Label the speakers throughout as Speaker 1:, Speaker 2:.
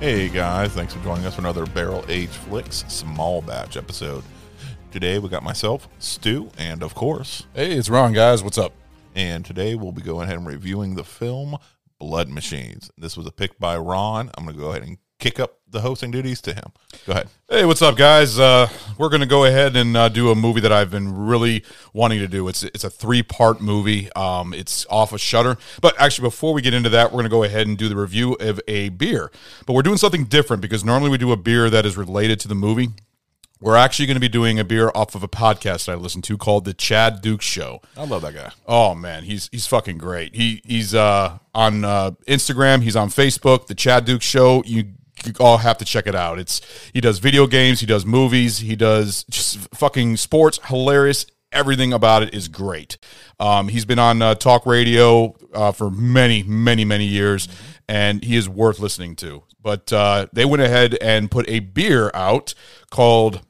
Speaker 1: Hey guys, thanks for joining us for another Barrel Age Flicks small batch episode. Today we got myself, Stu, and of course,
Speaker 2: Hey, it's Ron, guys. What's up?
Speaker 1: and today we'll be going ahead and reviewing the film Blood Machines. This was a pick by Ron. I'm going to go ahead and kick up the hosting duties to him. Go ahead.
Speaker 3: Hey, what's up, guys? Uh, we're going to go ahead and uh, do a movie that I've been really wanting to do. It's it's a three part movie. Um, it's off of Shutter. But actually, before we get into that, we're going to go ahead and do the review of a beer. But we're doing something different because normally we do a beer that is related to the movie. We're actually going to be doing a beer off of a podcast that I listen to called the Chad Duke Show.
Speaker 1: I love that guy.
Speaker 3: Oh man, he's he's fucking great. He he's uh, on uh, Instagram. He's on Facebook. The Chad Duke Show. You, you all have to check it out. It's he does video games. He does movies. He does just fucking sports. Hilarious. Everything about it is great. Um, he's been on uh, talk radio uh, for many, many, many years, and he is worth listening to. But uh, they went ahead and put a beer out called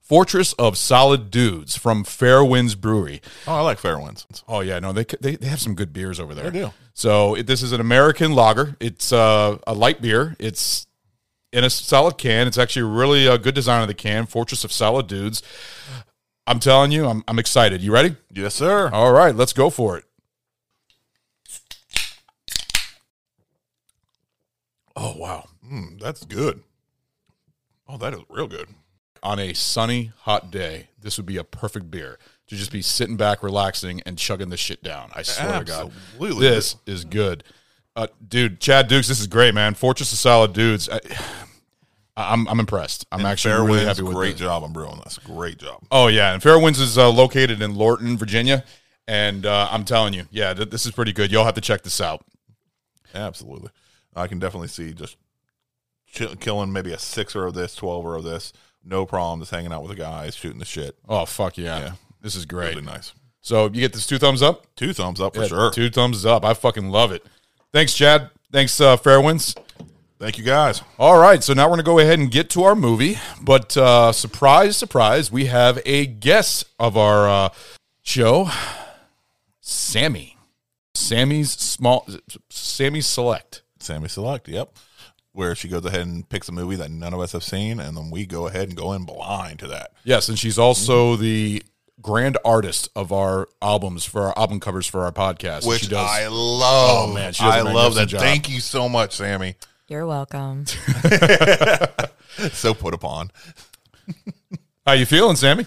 Speaker 3: Fortress of Solid Dudes from Fairwinds Brewery.
Speaker 1: Oh, I like fair ones.
Speaker 3: Oh yeah, no, they c- they, they have some good beers over there.
Speaker 1: They do.
Speaker 3: So it, this is an American lager. It's uh, a light beer. It's in a solid can. It's actually really a good design of the can. Fortress of Solid Dudes. I'm telling you, I'm I'm excited. You ready?
Speaker 1: Yes, sir.
Speaker 3: All right, let's go for it. Oh wow!
Speaker 1: Mm, that's good. Oh, that is real good.
Speaker 3: On a sunny, hot day, this would be a perfect beer to just be sitting back, relaxing, and chugging this shit down. I swear to God.
Speaker 1: Absolutely.
Speaker 3: This is good. Uh, dude, Chad Dukes, this is great, man. Fortress of Solid Dudes. I, I'm, I'm impressed. I'm actually
Speaker 1: fair
Speaker 3: really
Speaker 1: winds,
Speaker 3: happy with
Speaker 1: great
Speaker 3: this.
Speaker 1: job on brewing this. Great job.
Speaker 3: Oh, yeah. And Fairwinds is uh, located in Lorton, Virginia. And uh, I'm telling you, yeah, th- this is pretty good. You'll have to check this out.
Speaker 1: Absolutely. I can definitely see just chill, killing maybe a sixer of this, 12er of this. No problem. Just hanging out with the guys, shooting the shit.
Speaker 3: Oh, fuck yeah. This is great.
Speaker 1: Really nice.
Speaker 3: So you get this two thumbs up?
Speaker 1: Two thumbs up for
Speaker 3: Yeah,
Speaker 1: sure.
Speaker 3: Two thumbs up. I fucking love it. Thanks, Chad. Thanks, uh, Fairwinds.
Speaker 1: Thank you guys.
Speaker 3: All right, so now we're going to go ahead and get to our movie. But uh, surprise, surprise, we have a guest of our uh, show, Sammy. Sammy's small, Sammy's select.
Speaker 1: Sammy Select. Yep. Where she goes ahead and picks a movie that none of us have seen, and then we go ahead and go in blind to that.
Speaker 3: Yes, and she's also
Speaker 1: Mm-hmm.
Speaker 3: the grand artist of our albums for our album covers for our podcast.
Speaker 1: Which
Speaker 3: she does.
Speaker 1: I love.
Speaker 3: Oh, man, she does a
Speaker 1: I love that.
Speaker 3: magnificent job.
Speaker 1: Thank you so much, Sammy.
Speaker 4: You're welcome.
Speaker 1: So put upon.
Speaker 3: How you feeling, Sammy?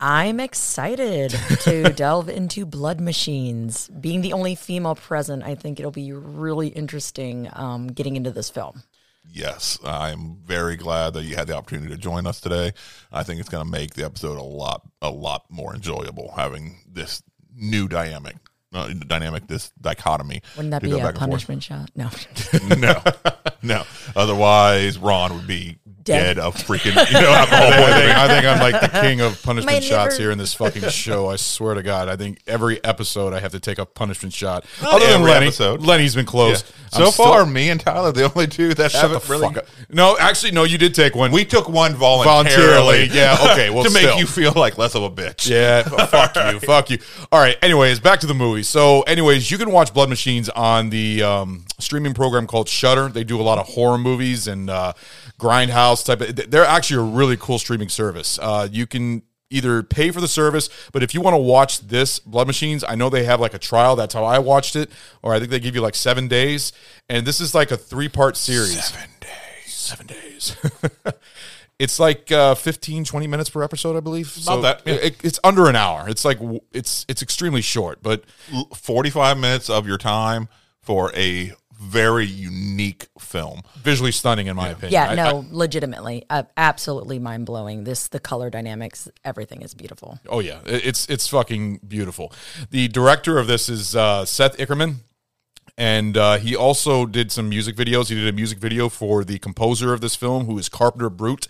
Speaker 4: I'm excited to delve into blood machines. Being the only female present, I think it'll be really interesting um, getting into this film.
Speaker 1: Yes, I'm very glad that you had the opportunity to join us today. I think it's going to make the episode a lot, a lot more enjoyable having this new dynamic, uh, dynamic, this dichotomy.
Speaker 4: Wouldn't that
Speaker 1: to
Speaker 4: be
Speaker 1: go
Speaker 4: a
Speaker 1: back and forth.
Speaker 4: punishment shot? No.
Speaker 1: no, no. Otherwise, Ron would be
Speaker 4: Dead.
Speaker 1: dead, of freaking. You know, alcohol
Speaker 3: I
Speaker 1: poisoning.
Speaker 3: think, I think I'm like the king of punishment
Speaker 4: My
Speaker 3: shots
Speaker 4: liver-
Speaker 3: here in this fucking show. I swear to God, I think every episode I have to take a punishment shot.
Speaker 1: Not
Speaker 3: Other than
Speaker 1: Oh, every
Speaker 3: Lenny,
Speaker 1: episode.
Speaker 3: Lenny's been close.
Speaker 1: So
Speaker 3: I'm still-
Speaker 1: far, me and Tyler, the only two that
Speaker 3: shut the
Speaker 1: haven't really.
Speaker 3: fuck up. No, actually, no, you did take one.
Speaker 1: We took one voluntarily.
Speaker 3: Voluntarily, yeah, okay, well,
Speaker 1: to make
Speaker 3: still.
Speaker 1: you feel like less of a bitch.
Speaker 3: Yeah, f- fuck you, fuck you. All right. Anyways, back to the movie. So, anyways, you can watch Blood Machines on the um, streaming program called Shudder. They do a lot of horror movies and uh, grindhouse type. Of, th- they're actually a really cool streaming service. Uh, you can either pay for the service, but if you want to watch this Blood Machines, I know they have like a trial. That's how I watched it, or I think they give you like seven days. And this is like a three part series. Seven days. Seven days. It's like uh, 15, 20 minutes per episode, I believe. About
Speaker 1: that, yeah.
Speaker 3: It, it's under an hour. It's like w- it's it's extremely short, but
Speaker 1: L- 45 minutes of your time for a very unique film.
Speaker 3: visually stunning in my opinion.
Speaker 4: Yeah,
Speaker 3: I-
Speaker 4: no, legitimately, uh, absolutely mind blowing. This, the color dynamics, everything is beautiful.
Speaker 3: Oh yeah, It- it's it's fucking beautiful. The director of this is uh, Seth Ickerman, and uh, he also did some music videos. He did a music video for the composer of this film, who is Carpenter Brute,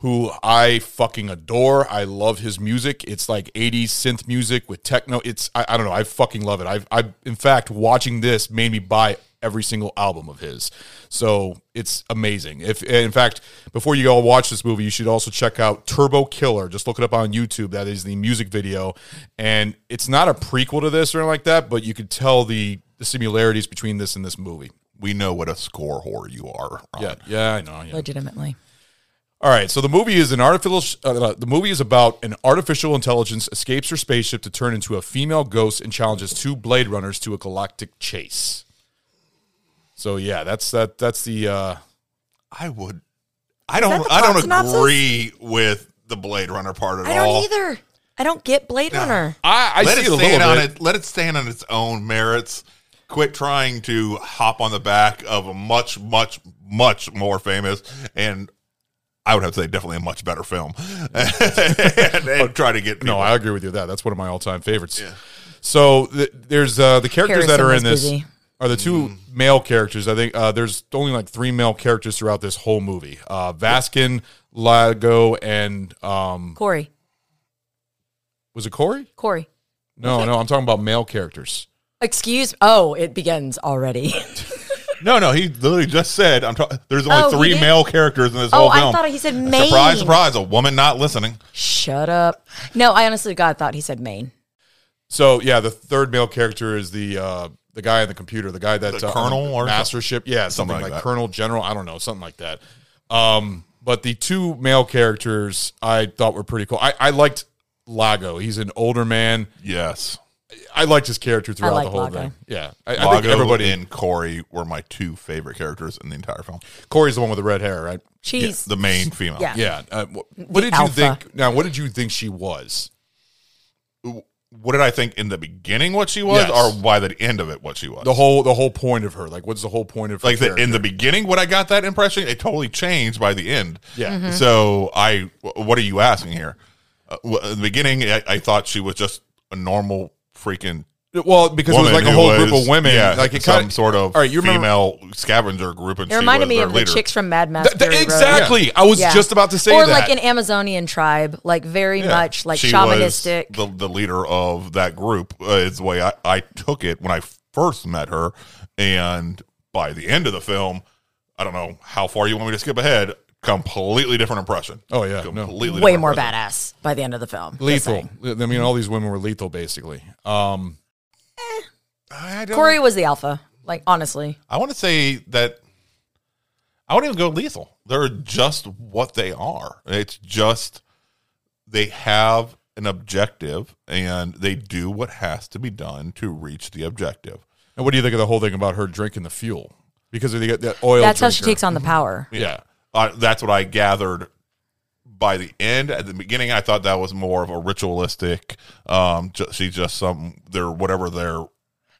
Speaker 3: who I fucking adore. I love his music. It's like '80s synth music with techno. It's I, I don't know. I fucking love it. I've I in fact watching this made me buy every single album of his. So it's amazing. If and in fact, before you all watch this movie, you should also check out Turbo Killer. Just look it up on YouTube. That is the music video, and it's not a prequel to this or anything like that. But you could tell the, the similarities between this and this movie.
Speaker 1: We know what a score whore you are. Ron.
Speaker 3: Yeah, yeah, I know. Yeah.
Speaker 4: Legitimately.
Speaker 3: All right, so the movie is an artificial. Uh, the movie is about an artificial intelligence escapes her spaceship to turn into a female ghost and challenges two Blade Runners to a galactic chase. So yeah, that's that. That's the. Uh,
Speaker 1: I would. I don't.
Speaker 4: the
Speaker 1: I
Speaker 4: plot
Speaker 1: don't
Speaker 4: synopsis?
Speaker 1: agree with the Blade Runner part at
Speaker 4: I
Speaker 1: all.
Speaker 4: don't either. I don't get Blade Runner.
Speaker 3: I, I
Speaker 1: let
Speaker 3: see
Speaker 1: it
Speaker 3: it a
Speaker 1: stand
Speaker 3: little
Speaker 1: on
Speaker 3: bit.
Speaker 1: it. Let it stand on its own merits. Quit trying to hop on the back of a much, much, much more famous and I would have to say definitely a much better film. and, and try to get
Speaker 3: No,
Speaker 1: people-
Speaker 3: I agree with you. with That that's one of my all-time favorites. So th- there's uh, the characters that
Speaker 4: Harrison
Speaker 3: are
Speaker 4: was
Speaker 3: in this
Speaker 4: busy.
Speaker 3: are the two male characters. I think uh, there's only like three male characters throughout this whole movie: uh, Vaskin, Lago, and um,
Speaker 4: Corey,
Speaker 3: was it Corey?
Speaker 4: Corey.
Speaker 3: No, no, I'm talking about male characters.
Speaker 4: Excuse. Oh, it begins already.
Speaker 1: no, no. He literally just said, "I'm." Ta- there's only
Speaker 4: Oh,
Speaker 1: three
Speaker 4: he did?
Speaker 1: male characters in this
Speaker 4: Oh,
Speaker 1: whole
Speaker 4: I
Speaker 1: film.
Speaker 4: thought he said
Speaker 1: Surprise,
Speaker 4: main.
Speaker 1: surprise! A woman not listening.
Speaker 4: Shut up. No, I honestly, to God, thought he said Maine.
Speaker 3: So yeah, the third male character is the uh, the guy on the computer, the guy that's
Speaker 1: The
Speaker 3: uh,
Speaker 1: colonel
Speaker 3: on the
Speaker 1: or
Speaker 3: mastership, yeah, something,
Speaker 1: like
Speaker 3: like,
Speaker 1: that.
Speaker 3: colonel, general, I don't know, something like that. Um, but the two male characters I thought were pretty cool. I, I liked Lago. He's an older man.
Speaker 1: Yes,
Speaker 3: I liked his character throughout
Speaker 4: like
Speaker 3: the whole
Speaker 4: Lago.
Speaker 3: thing. Yeah, I, I think
Speaker 1: Lago
Speaker 3: everybody.
Speaker 1: and Corey were my two favorite characters in the entire film.
Speaker 3: Corey's the one with the red hair, right?
Speaker 4: She's
Speaker 1: The main female.
Speaker 4: Yeah.
Speaker 3: Yeah. Uh, wh- what did
Speaker 4: alpha.
Speaker 3: you think? Now, what did you think she was?
Speaker 1: What did I think in the beginning what she was,
Speaker 3: Yes.
Speaker 1: or by the end of it what she was?
Speaker 3: The whole the whole point of her. Like, what's the whole point of her
Speaker 1: like the,
Speaker 3: character?
Speaker 1: in the beginning when I got that impression, it totally changed by the end.
Speaker 3: Yeah.
Speaker 4: Mm-hmm.
Speaker 3: Mhm.
Speaker 1: So I, wh- what are you asking here? Uh, wh- in the beginning, I, I thought she was just a normal freaking.
Speaker 3: Well, because
Speaker 1: woman
Speaker 3: it was like a
Speaker 1: who
Speaker 3: whole
Speaker 1: was-
Speaker 3: group of women,
Speaker 1: yeah,
Speaker 3: like it
Speaker 1: some
Speaker 3: kinda,
Speaker 1: sort of
Speaker 3: All right, you remember?
Speaker 1: female scavenger group, and
Speaker 4: It
Speaker 1: she
Speaker 4: reminded
Speaker 1: was
Speaker 4: me
Speaker 1: their
Speaker 4: of
Speaker 1: leader.
Speaker 4: the chicks from Mad Max.
Speaker 3: Th- th-
Speaker 4: Fury Road.
Speaker 3: exactly. I was
Speaker 4: Yeah.
Speaker 3: just about to say
Speaker 4: or
Speaker 3: that.
Speaker 4: like an Amazonian tribe, like very
Speaker 1: Yeah.
Speaker 4: much like
Speaker 1: She
Speaker 4: shamanistic.
Speaker 1: was the, the leader of that group uh, is the way I, I took it when I first met her, and by the end of the film, I don't know how far you want me to skip ahead. Completely different impression.
Speaker 3: Oh, yeah, no.
Speaker 1: completely
Speaker 4: Way
Speaker 1: different
Speaker 4: more
Speaker 1: impression.
Speaker 4: badass by the end of the film. Just
Speaker 3: lethal.
Speaker 4: saying.
Speaker 3: I mean, all these women were lethal, basically. Um,
Speaker 1: I don't-
Speaker 4: Corey was the alpha. Like honestly,
Speaker 1: I want to say that I wouldn't even go lethal. They're just what they are. It's just they have an objective and they do what has to be done to reach the objective.
Speaker 3: and what do you think of the whole thing about her drinking the fuel because of the, that oil?
Speaker 4: that's how she
Speaker 3: drinker.
Speaker 4: takes on the power.
Speaker 3: Yeah,
Speaker 1: Uh, that's what I gathered by the end. At the beginning, I thought that was more of a ritualistic. Um, ju- she's just some their whatever their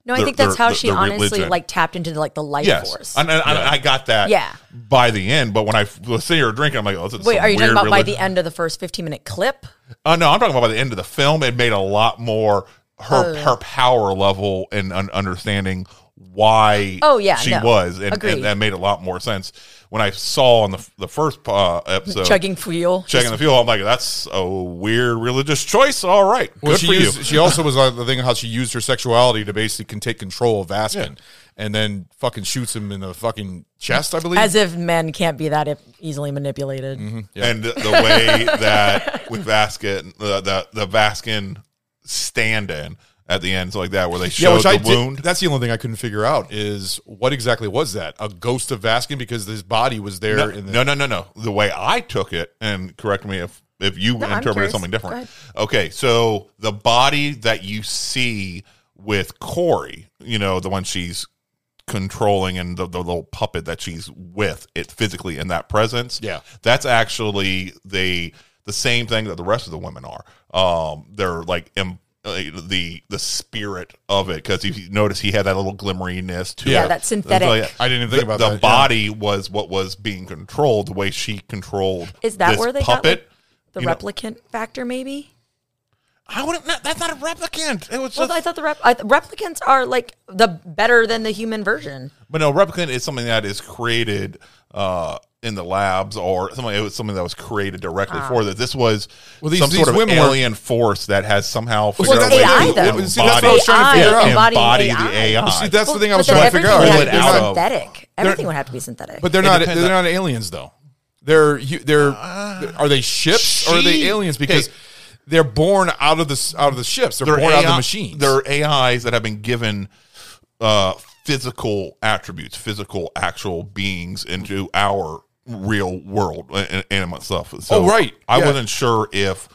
Speaker 4: No, I
Speaker 1: Their-
Speaker 4: think that's
Speaker 1: their-
Speaker 4: how she
Speaker 1: their
Speaker 4: honestly
Speaker 1: religion.
Speaker 4: like tapped into like the life force.
Speaker 1: and, and, and I got that.
Speaker 4: Yeah.
Speaker 1: by the end. But when I f- was sitting here drinking, I'm like, oh, this is
Speaker 4: Wait,
Speaker 1: some
Speaker 4: are you talking
Speaker 1: weird
Speaker 4: about by
Speaker 1: religion.
Speaker 4: the e-, end of the first fifteen minute clip?
Speaker 1: Uh, no, I'm talking about by the end of the film. It made a lot more
Speaker 4: Oh.
Speaker 1: her her power level and un- understanding why.
Speaker 4: Oh, yeah,
Speaker 1: she
Speaker 4: no.
Speaker 1: was, and,
Speaker 4: Agreed.
Speaker 1: and that made a lot more sense when I saw on the f- the first uh, episode
Speaker 4: Chugging fuel.
Speaker 1: checking the fuel. I'm like, that's a weird religious choice. All right, good
Speaker 3: well, she
Speaker 1: for you.
Speaker 3: used, She also was on the thing how she used her sexuality to basically can take control of Vaskin, and then fucking shoots him in the fucking chest. I believe.
Speaker 4: As if men can't be that easily manipulated.
Speaker 3: Mm-hmm.
Speaker 1: and the the way that with Vaskin, the, the the Vaskin stand in at the end, so like that, where they showed the
Speaker 3: did-
Speaker 1: wound.
Speaker 3: that's the only thing I couldn't figure out is what exactly was that? A ghost of Vaskin because his body was there.
Speaker 1: No,
Speaker 3: in the,
Speaker 1: no, no, no, no. The way I took it, and correct me if if you
Speaker 4: I'm
Speaker 1: interpreted
Speaker 4: curious.
Speaker 1: something different.
Speaker 4: Go
Speaker 1: Okay, so the body that you see with Corey, you know, the one she's controlling and the, the little puppet that she's with it physically in that presence
Speaker 3: Yeah.
Speaker 1: that's actually the the same thing that the rest of the women are um they're like em- uh, the the spirit of it because if you notice he had that little glimmeriness to
Speaker 3: Yeah,
Speaker 1: it.
Speaker 4: that synthetic.
Speaker 1: It's
Speaker 3: I didn't even think
Speaker 1: the-
Speaker 3: about
Speaker 1: the
Speaker 3: that, yeah.
Speaker 1: body was what was being controlled the way she controlled
Speaker 4: Is that
Speaker 1: this
Speaker 4: where they got, like,
Speaker 1: puppet
Speaker 4: The
Speaker 1: you know-
Speaker 4: replicant factor, maybe.
Speaker 1: I wouldn't. Not, that's not a replicant. It was just.
Speaker 4: Well, I thought the rep- I, th- replicants are like the better than the human version.
Speaker 1: but no, replicant is something that is created uh, in the labs or something. It was something that was created directly for that. This was
Speaker 3: Well, these-
Speaker 1: some
Speaker 3: these
Speaker 1: sort of
Speaker 3: women were-
Speaker 1: alien force that has somehow figured
Speaker 4: it's
Speaker 1: out a way
Speaker 4: AI,
Speaker 1: to
Speaker 4: though.
Speaker 1: embody,
Speaker 3: See, that's what I was trying to
Speaker 4: AI,
Speaker 3: figure out.
Speaker 1: embody
Speaker 4: embodying
Speaker 1: the
Speaker 4: AI.
Speaker 1: AI.
Speaker 3: See, that's the thing I was
Speaker 4: but
Speaker 3: trying to
Speaker 4: then
Speaker 3: figure out.
Speaker 4: everything
Speaker 1: Pull
Speaker 4: would
Speaker 1: it
Speaker 4: have to
Speaker 1: out
Speaker 4: be
Speaker 1: of-
Speaker 4: synthetic. Everything would have to be synthetic.
Speaker 3: But they're not.
Speaker 1: depends
Speaker 3: They're not aliens though. They're hu- they're are they ships or are they
Speaker 1: She-
Speaker 3: aliens? Because
Speaker 1: Okay.
Speaker 3: they're born out of the s- out of the ships. They're,
Speaker 1: they're
Speaker 3: born out of
Speaker 1: AI
Speaker 3: the machines.
Speaker 1: They're AIs that have been given uh, physical attributes, physical actual beings into our real world and, and amongst stuff. So
Speaker 3: Oh, right.
Speaker 1: I
Speaker 3: Yeah.
Speaker 1: wasn't sure if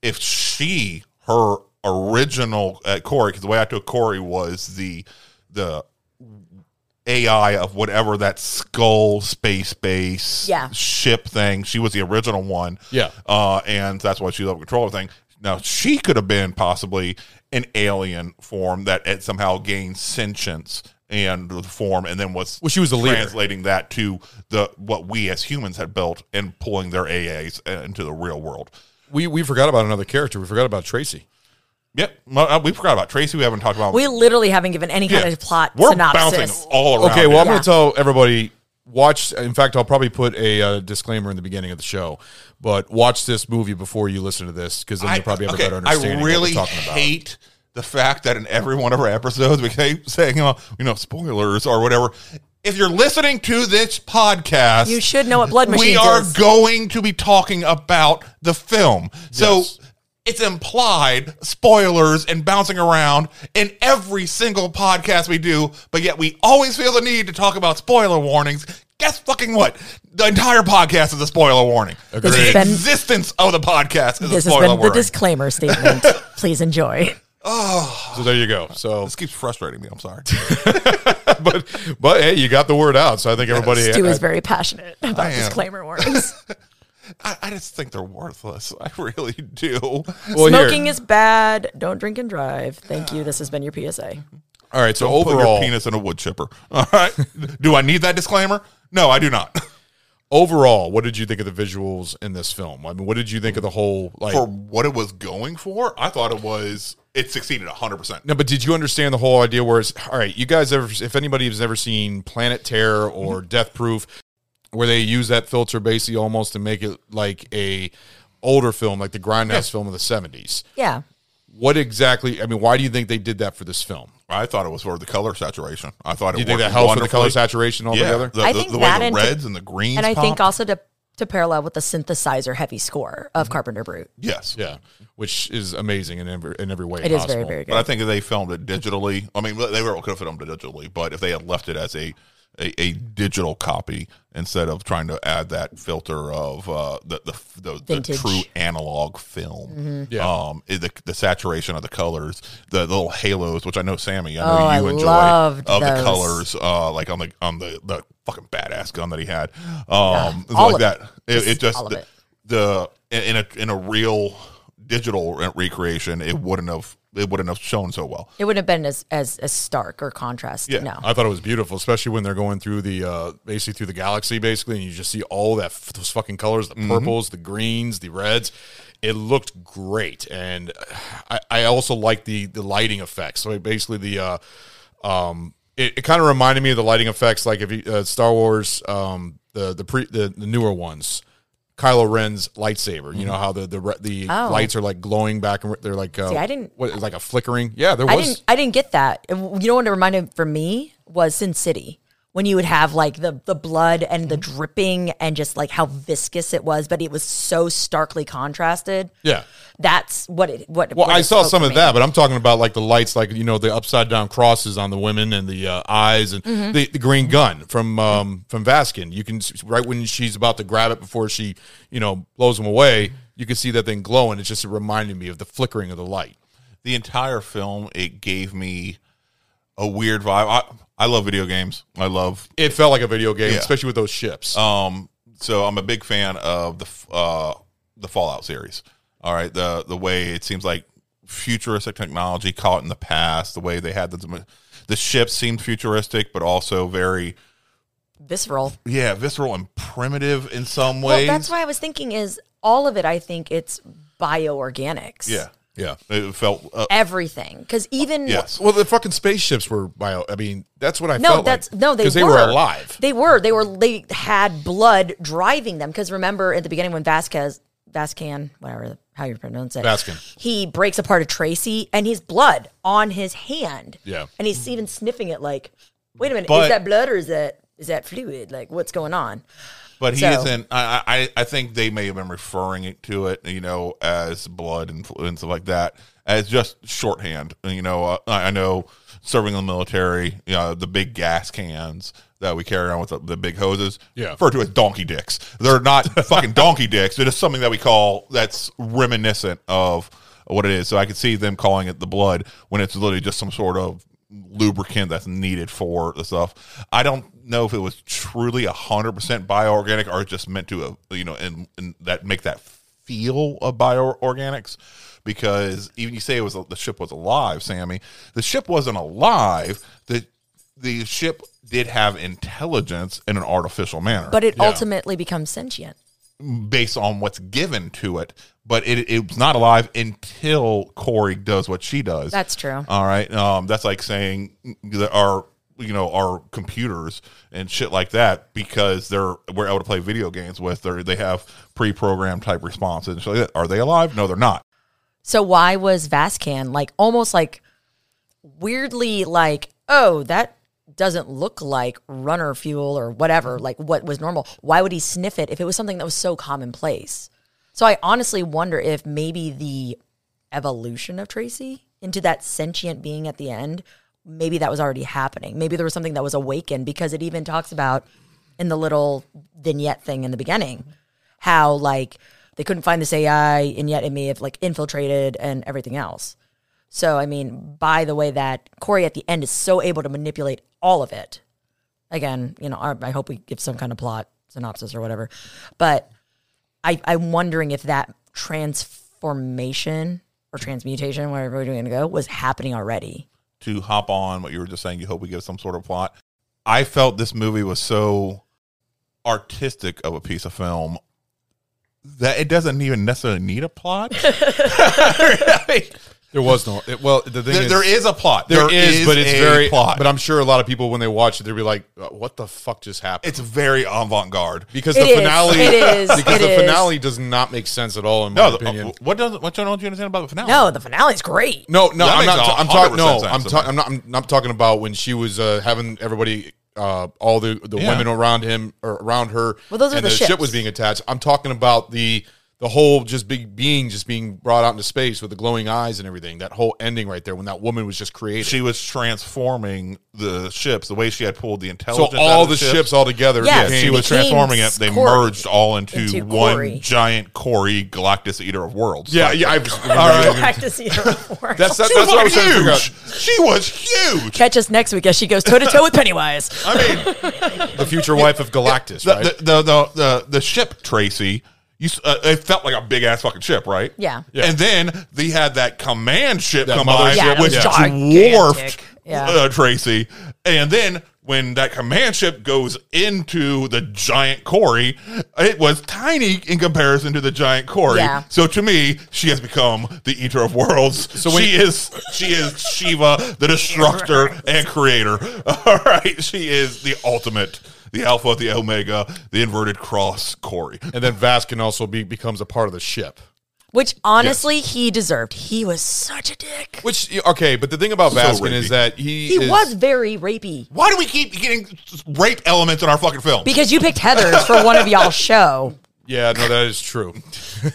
Speaker 1: if she her original uh, Corey because the way I took Corey was the the AI of whatever that skull space base
Speaker 4: Yeah.
Speaker 1: ship thing. She was the original one.
Speaker 3: Yeah.
Speaker 1: Uh, and that's why she's up control of thing. Now she could have been possibly an alien form that had somehow gained sentience and the form and then was
Speaker 3: Well, she was the leader.
Speaker 1: translating that to the what we as humans had built and pulling their AAs into the real world.
Speaker 3: we we forgot about another character. We forgot about Tracy.
Speaker 1: Yep. Well, uh, We forgot about Tracy. We haven't talked about
Speaker 4: we literally haven't given any kind of plot
Speaker 1: We're
Speaker 4: synopsis.
Speaker 1: bouncing all around.
Speaker 3: Okay, well, I'm
Speaker 4: Yeah.
Speaker 3: going to tell everybody watch. In fact, I'll probably put a uh, disclaimer in the beginning of the show, but watch this movie before you listen to this because then
Speaker 1: I-
Speaker 3: you'll probably have a
Speaker 1: okay,
Speaker 3: better understanding.
Speaker 1: I really
Speaker 3: of what we're talking about.
Speaker 1: hate the fact that in every one of our episodes we keep saying, oh, you know, spoilers or whatever. If you're listening to this podcast,
Speaker 4: You should know what blood
Speaker 1: we
Speaker 4: machines
Speaker 1: are
Speaker 4: is.
Speaker 1: going to be talking about the film. So it's implied spoilers and bouncing around in every single podcast we do, but yet we always feel the need to talk about spoiler warnings. Guess fucking what? The entire podcast is a spoiler warning.
Speaker 4: This
Speaker 1: The
Speaker 4: has been-
Speaker 1: existence of the podcast is
Speaker 4: This
Speaker 1: a
Speaker 4: has
Speaker 1: spoiler
Speaker 4: been the
Speaker 1: warning.
Speaker 4: disclaimer statement. Please enjoy.
Speaker 3: So there you go. So,
Speaker 1: This keeps frustrating me. I'm sorry.
Speaker 3: but but hey, you got the word out. So I think everybody.
Speaker 4: Stu is
Speaker 3: I-
Speaker 4: very passionate
Speaker 1: I
Speaker 4: about
Speaker 1: am.
Speaker 4: disclaimer warnings.
Speaker 1: I, I just think they're worthless. I really do.
Speaker 3: well, here.
Speaker 4: Smoking is bad. Don't drink and drive. Thank you. This has been your PSA.
Speaker 3: All right. So
Speaker 1: Put your
Speaker 3: overall,
Speaker 1: penis in a wood chipper. All right. do I need that disclaimer? No, I do not.
Speaker 3: overall, what did you think of the visuals in this film? I mean, what did you think of the whole like?
Speaker 1: For what it was going for, I thought it was it succeeded 100. percent
Speaker 3: no, but did you understand the whole idea? Where it's all right, you guys ever? If anybody has ever seen Planet Terror or
Speaker 1: Mm-hmm.
Speaker 3: Death Proof, where they use that filter basically almost to make it like a older film, like the Grindhouse film of the seventies.
Speaker 4: Yeah.
Speaker 3: What exactly? I mean, why do you think they did that for this film?
Speaker 1: I thought it was for the color saturation. I thought it
Speaker 3: Do you think that
Speaker 1: worked
Speaker 3: helps with the
Speaker 1: wonderfully.
Speaker 3: color saturation
Speaker 1: Yeah,
Speaker 3: altogether?
Speaker 1: the,
Speaker 4: I
Speaker 1: the-
Speaker 4: think
Speaker 1: the way
Speaker 4: that
Speaker 1: the
Speaker 4: and-
Speaker 1: reds and the greens,
Speaker 4: And I think
Speaker 1: popped.
Speaker 4: also to to parallel with the synthesizer heavy score
Speaker 3: Mm-hmm.
Speaker 4: of Carpenter Brute.
Speaker 1: yes,
Speaker 3: yeah. which is amazing in every in every way.
Speaker 4: It is
Speaker 3: possible.
Speaker 4: very, very good.
Speaker 1: But I think if they filmed it digitally, I mean, they were could have filmed it digitally, but if they had left it as a a, a digital copy instead of trying to add that filter of uh, the, the, the, the
Speaker 4: Vintage. Mm-hmm.
Speaker 1: true analog film,
Speaker 3: Yeah.
Speaker 1: um, is the, the saturation of the colors, the little halos, which I know Sammy, I
Speaker 4: Oh, I
Speaker 1: know you enjoy
Speaker 4: loved
Speaker 1: of the
Speaker 4: those.
Speaker 1: colors, uh, like on the on the, the fucking badass gun that he had, um,
Speaker 4: all
Speaker 1: like
Speaker 4: of
Speaker 1: that. It,
Speaker 4: it.
Speaker 1: it
Speaker 4: Just
Speaker 1: just
Speaker 4: all of
Speaker 1: the-
Speaker 4: it.
Speaker 1: the in a in a real digital re- recreation, it wouldn't have it wouldn't have shown so well.
Speaker 4: It wouldn't have been as as, as stark or contrast.
Speaker 1: Yeah.
Speaker 4: No.
Speaker 3: I thought it was beautiful, especially when they're going through the uh, basically through the galaxy, basically, and you just see all that f- those fucking colors,
Speaker 4: Mm-hmm.
Speaker 3: the purples, the greens, the reds. It looked great, and I, I also like the the lighting effects. So it basically, the uh, um, it, it kind of reminded me of the lighting effects, like if you, uh, Star Wars, um, the the pre the, the newer ones. Kylo Ren's lightsaber, you know how the the re- the
Speaker 4: Mm-hmm. Oh.
Speaker 3: lights are like glowing back and re- they're like uh,
Speaker 4: See, I didn't-
Speaker 3: what like a flickering. Yeah, there
Speaker 4: I
Speaker 3: was
Speaker 4: didn't I didn't get that. It- You know what it reminded for me was Sin City. When you would have like the the blood and the
Speaker 3: Mm-hmm.
Speaker 4: dripping and just like how viscous it was, but it was so starkly contrasted.
Speaker 3: yeah.
Speaker 4: That's what it what
Speaker 3: Well,
Speaker 4: what
Speaker 3: I
Speaker 4: it
Speaker 3: saw
Speaker 4: spoke
Speaker 3: some
Speaker 4: to
Speaker 3: of
Speaker 4: me.
Speaker 3: that, but I'm talking about like the lights, like you know the upside down crosses on the women and the uh, eyes and
Speaker 4: Mm-hmm.
Speaker 3: the, the green gun from um, from Vaskin. You can s- right when she's about to grab it before she you know blows them away, you can see that thing glowing. It just reminded me of the flickering of the light.
Speaker 1: The entire film, it gave me a weird vibe. I I love video games. I love
Speaker 3: It felt like a video game,
Speaker 1: Yeah.
Speaker 3: especially with those ships.
Speaker 1: Um, so I'm a big fan of the f- uh, the Fallout series. All right, the the way it seems like futuristic technology caught in the past, the way they had the the ships seemed futuristic, but also very
Speaker 4: Visceral.
Speaker 1: yeah visceral and primitive in some
Speaker 4: Well,
Speaker 1: ways.
Speaker 4: that's why I was thinking is all of it. I think it's bioorganics.
Speaker 1: yeah,
Speaker 3: yeah.
Speaker 1: it felt uh,
Speaker 4: everything because even
Speaker 1: yes.
Speaker 3: Well, the fucking spaceships were bio. I mean, that's what I
Speaker 4: no,
Speaker 3: felt
Speaker 4: that's
Speaker 3: like.
Speaker 4: no, they were.
Speaker 3: they were alive.
Speaker 4: They were. They were. They had blood driving them because remember at the beginning when Vasquez. Vascan, whatever how you pronounce it.
Speaker 3: Vascan.
Speaker 4: He breaks apart a Tracy and his blood on his hand.
Speaker 3: Yeah.
Speaker 4: And he's even sniffing it like, wait a minute,
Speaker 1: But-
Speaker 4: is that blood or is that is that fluid? Like what's going on?
Speaker 1: But he
Speaker 4: So-
Speaker 1: isn't. I, I I think they may have been referring it to it, you know, as blood and, fl- and stuff like that, as just shorthand. You know, uh, I I know serving in the military, you know, the big gas cans that we carry on with the, the big hoses,
Speaker 3: Yeah.
Speaker 1: referred to as donkey dicks. They're not fucking donkey dicks. They're just something that we call that's reminiscent of what it is. So I could see them calling it the blood when it's literally just some sort of lubricant that's needed for the stuff. I don't know if it was truly 100% bioorganic or just meant to, uh, you know, and, and that make that feel of bioorganics because even you say it was the ship was alive, Sammy. The ship wasn't alive. The the ship did have intelligence in an artificial manner
Speaker 4: But it ultimately becomes sentient.
Speaker 1: based on what's given to it. But it, it's not alive until Corey does what she does.
Speaker 4: That's true.
Speaker 1: All right. Um, that's like saying that our you know our computers and shit like that because they're we're able to play video games with. They they have pre-programmed type responses. And shit like that. Are they alive? No, they're not.
Speaker 4: So why was Vascan like almost like weirdly like, oh, that doesn't look like runner fuel or whatever, like what was normal. Why would he sniff it if it was something that was so commonplace? So I honestly wonder if maybe the evolution of Tracy into that sentient being at the end, maybe that was already happening. Maybe there was something that was awakened because it even talks about in the little vignette thing in the beginning how like they couldn't find this AI and yet it may have like infiltrated and everything else. So I mean, by the way that Corey at the end is so able to manipulate all of it. Again, you know, I, I hope we give some kind of plot synopsis or whatever, but I, I'm wondering if that transformation or transmutation, wherever we're going to go, was happening already.
Speaker 1: to hop on what you were just saying. You hope we give some sort of plot. I felt this movie was so artistic of a piece of film that it doesn't even necessarily need a plot.
Speaker 3: there was no. It, well, the thing
Speaker 1: there,
Speaker 3: is,
Speaker 1: there is a plot.
Speaker 3: there is, but it's
Speaker 1: a
Speaker 3: very.
Speaker 1: plot.
Speaker 3: But I'm sure a lot of people when they watch it, they'll be like, "Uh, "What the fuck just happened?"
Speaker 1: it's very avant garde.
Speaker 3: because
Speaker 4: It
Speaker 3: the
Speaker 4: is,
Speaker 3: finale.
Speaker 4: it is,
Speaker 3: because
Speaker 4: it
Speaker 3: the
Speaker 4: is.
Speaker 3: finale does not make sense at all in my
Speaker 1: No, the,
Speaker 3: opinion.
Speaker 1: uh, what does what don't you understand about the finale?
Speaker 4: No, the finale's great.
Speaker 3: No, no,
Speaker 1: That
Speaker 3: I'm
Speaker 1: makes
Speaker 3: not. i I'm
Speaker 1: 100%
Speaker 3: talking. No,
Speaker 1: sense
Speaker 3: I'm,
Speaker 1: to
Speaker 3: ta-
Speaker 1: me.
Speaker 3: I'm not. I'm not talking about when she was uh, having everybody, uh, all the the
Speaker 1: Yeah.
Speaker 3: women around him or around her.
Speaker 4: Well, those are
Speaker 3: and
Speaker 4: the
Speaker 3: ship
Speaker 4: ships.
Speaker 3: was being attached. I'm talking about the the whole just big being just being brought out into space with the glowing eyes and everything. That whole ending right there when that woman was just created.
Speaker 1: she was transforming the ships the way she had pulled the
Speaker 3: so
Speaker 1: intelligence. out
Speaker 3: all
Speaker 1: of
Speaker 3: the ships, all together.
Speaker 4: Yeah,
Speaker 1: Yeah,
Speaker 3: became-
Speaker 1: she was
Speaker 4: became
Speaker 1: transforming it. They
Speaker 4: Corey
Speaker 1: merged all into,
Speaker 4: into Corey.
Speaker 1: one giant Corey Galactus Eater of Worlds.
Speaker 3: yeah,
Speaker 1: Like,
Speaker 3: yeah. I was,
Speaker 4: Practice either or.
Speaker 3: That's that, that's
Speaker 1: She was
Speaker 3: what I was trying to figure out.
Speaker 1: huge. She was huge.
Speaker 4: Catch us next week as she goes toe to toe with Pennywise.
Speaker 1: I mean,
Speaker 3: The future wife of Galactus, right?
Speaker 1: the, the, the, the, the, the ship, Tracy, you, s- uh, it felt like a big ass fucking ship, right?
Speaker 4: Yeah.
Speaker 3: Yeah.
Speaker 1: And then they had that command ship
Speaker 3: That
Speaker 1: come by,
Speaker 3: mothership. Yeah,
Speaker 4: that
Speaker 1: which
Speaker 4: was gigantic.
Speaker 1: dwarfed
Speaker 4: Yeah.
Speaker 1: uh, Tracy. And then when that command ship goes into the giant Corey, it was tiny in comparison to the giant Corey.
Speaker 4: Yeah.
Speaker 1: So to me, she has become the eater of worlds. So
Speaker 3: when-
Speaker 1: she is she is Shiva, the destructor and creator. All right, she is the ultimate, the alpha, the omega, the inverted cross Corey.
Speaker 3: and then Vaskin also be, becomes a part of the ship.
Speaker 4: Which honestly, he deserved. He was such a dick.
Speaker 3: Which okay, but the thing about
Speaker 1: So
Speaker 3: Vaskin is
Speaker 1: rapey.
Speaker 3: that he
Speaker 4: He
Speaker 3: is-
Speaker 4: was very rapey
Speaker 1: Why do we keep getting rape elements in our fucking film?
Speaker 4: because you picked Heather's for one of y'all's show.
Speaker 3: Yeah, no, that is true.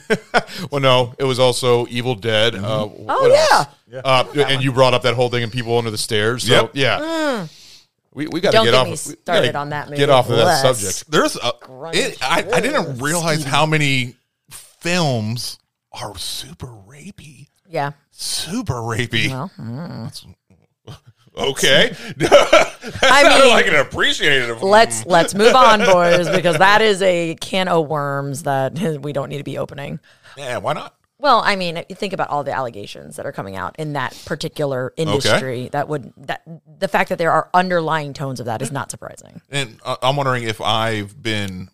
Speaker 3: well, no, it was also Evil Dead. Uh,
Speaker 1: Mm-hmm.
Speaker 3: what
Speaker 4: Oh, yeah.
Speaker 3: else? Uh, and you brought up that whole thing and people under the stairs. So,
Speaker 1: Yep.
Speaker 3: Yeah. We, we got to
Speaker 4: Mm. Don't
Speaker 3: get
Speaker 4: get
Speaker 3: off.
Speaker 4: me
Speaker 3: we gotta
Speaker 4: started on that movie.
Speaker 3: Get off of that
Speaker 4: Bless.
Speaker 3: subject.
Speaker 1: There's a. It, I, I didn't realize how many films are super rapey.
Speaker 4: Yeah.
Speaker 1: Super rapey.
Speaker 4: Well, hmm.
Speaker 1: That's- okay. That sounded
Speaker 4: mean,
Speaker 1: like an appreciative.
Speaker 4: Let's let's move on, boys, because that is a can of worms that we don't need to be opening.
Speaker 1: Yeah, why not?
Speaker 4: Well, I mean, you think about all the allegations that are coming out in that particular industry. That would that the fact that there are underlying tones of that is not surprising.
Speaker 1: And I- I'm wondering if I've been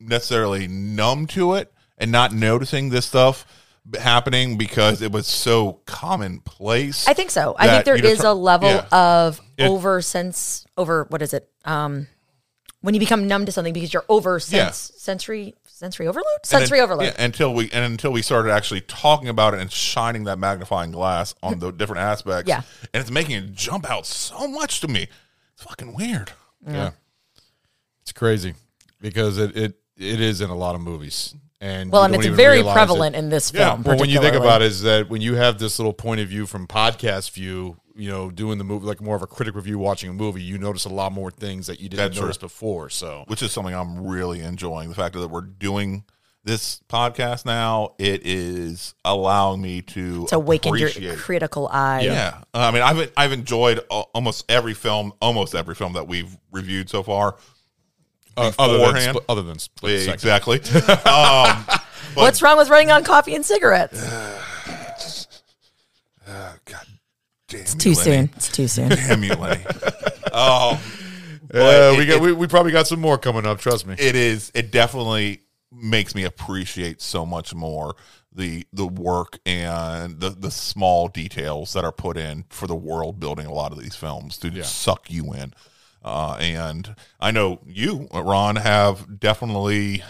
Speaker 1: necessarily numb to it and not noticing this stuff b- happening because it was so commonplace.
Speaker 4: I think so. I
Speaker 1: That
Speaker 4: think there
Speaker 1: you just
Speaker 4: is
Speaker 1: try-
Speaker 4: a level
Speaker 1: yeah.
Speaker 4: of
Speaker 3: It-
Speaker 4: over sense over what is it? Um, when you become numb to something because you're over
Speaker 1: Yeah.
Speaker 4: sense sensory sensory overload
Speaker 1: And
Speaker 4: sensory
Speaker 1: then-
Speaker 4: overload.
Speaker 1: yeah, until we and until we started actually talking about it and shining that magnifying glass on the different aspects.
Speaker 4: Yeah.
Speaker 1: and it's making it jump out so much to me. It's fucking weird.
Speaker 3: Yeah. It's crazy because it, it it is in a lot of movies. And
Speaker 4: Well,
Speaker 3: you
Speaker 4: and
Speaker 3: don't
Speaker 4: it's
Speaker 3: even
Speaker 4: very
Speaker 3: realize it.
Speaker 4: prevalent in this
Speaker 1: Yeah,
Speaker 4: film.
Speaker 3: Well, when you think
Speaker 4: particularly.
Speaker 3: about it, is that when you have this little point of view from podcast view, you know, doing the movie like more of a critic review, watching a movie, you notice a lot more things that you didn't
Speaker 1: That's
Speaker 3: notice before. So
Speaker 1: which is something I'm really enjoying. The fact that we're doing this podcast now, it is allowing me to
Speaker 4: to awaken your
Speaker 1: appreciate-
Speaker 4: critical eye.
Speaker 1: Yeah, I mean, I've I've enjoyed al- almost every film, almost every film that we've reviewed so far.
Speaker 3: uh, other than
Speaker 1: beforehand-
Speaker 3: split, other than split second.
Speaker 1: exactly. um,
Speaker 4: What's wrong with running on coffee and cigarettes?
Speaker 1: God damn
Speaker 4: It's too soon. It's too soon.
Speaker 1: Damn you, Lenny.
Speaker 3: Uh,
Speaker 1: But
Speaker 3: we
Speaker 1: it-
Speaker 3: got
Speaker 1: it-
Speaker 3: we, we probably got some more coming up. Trust me.
Speaker 1: it is it definitely makes me appreciate so much more the the work and the the small details that are put in for the world building a lot of these films to suck you in uh, and I know you Ron have definitely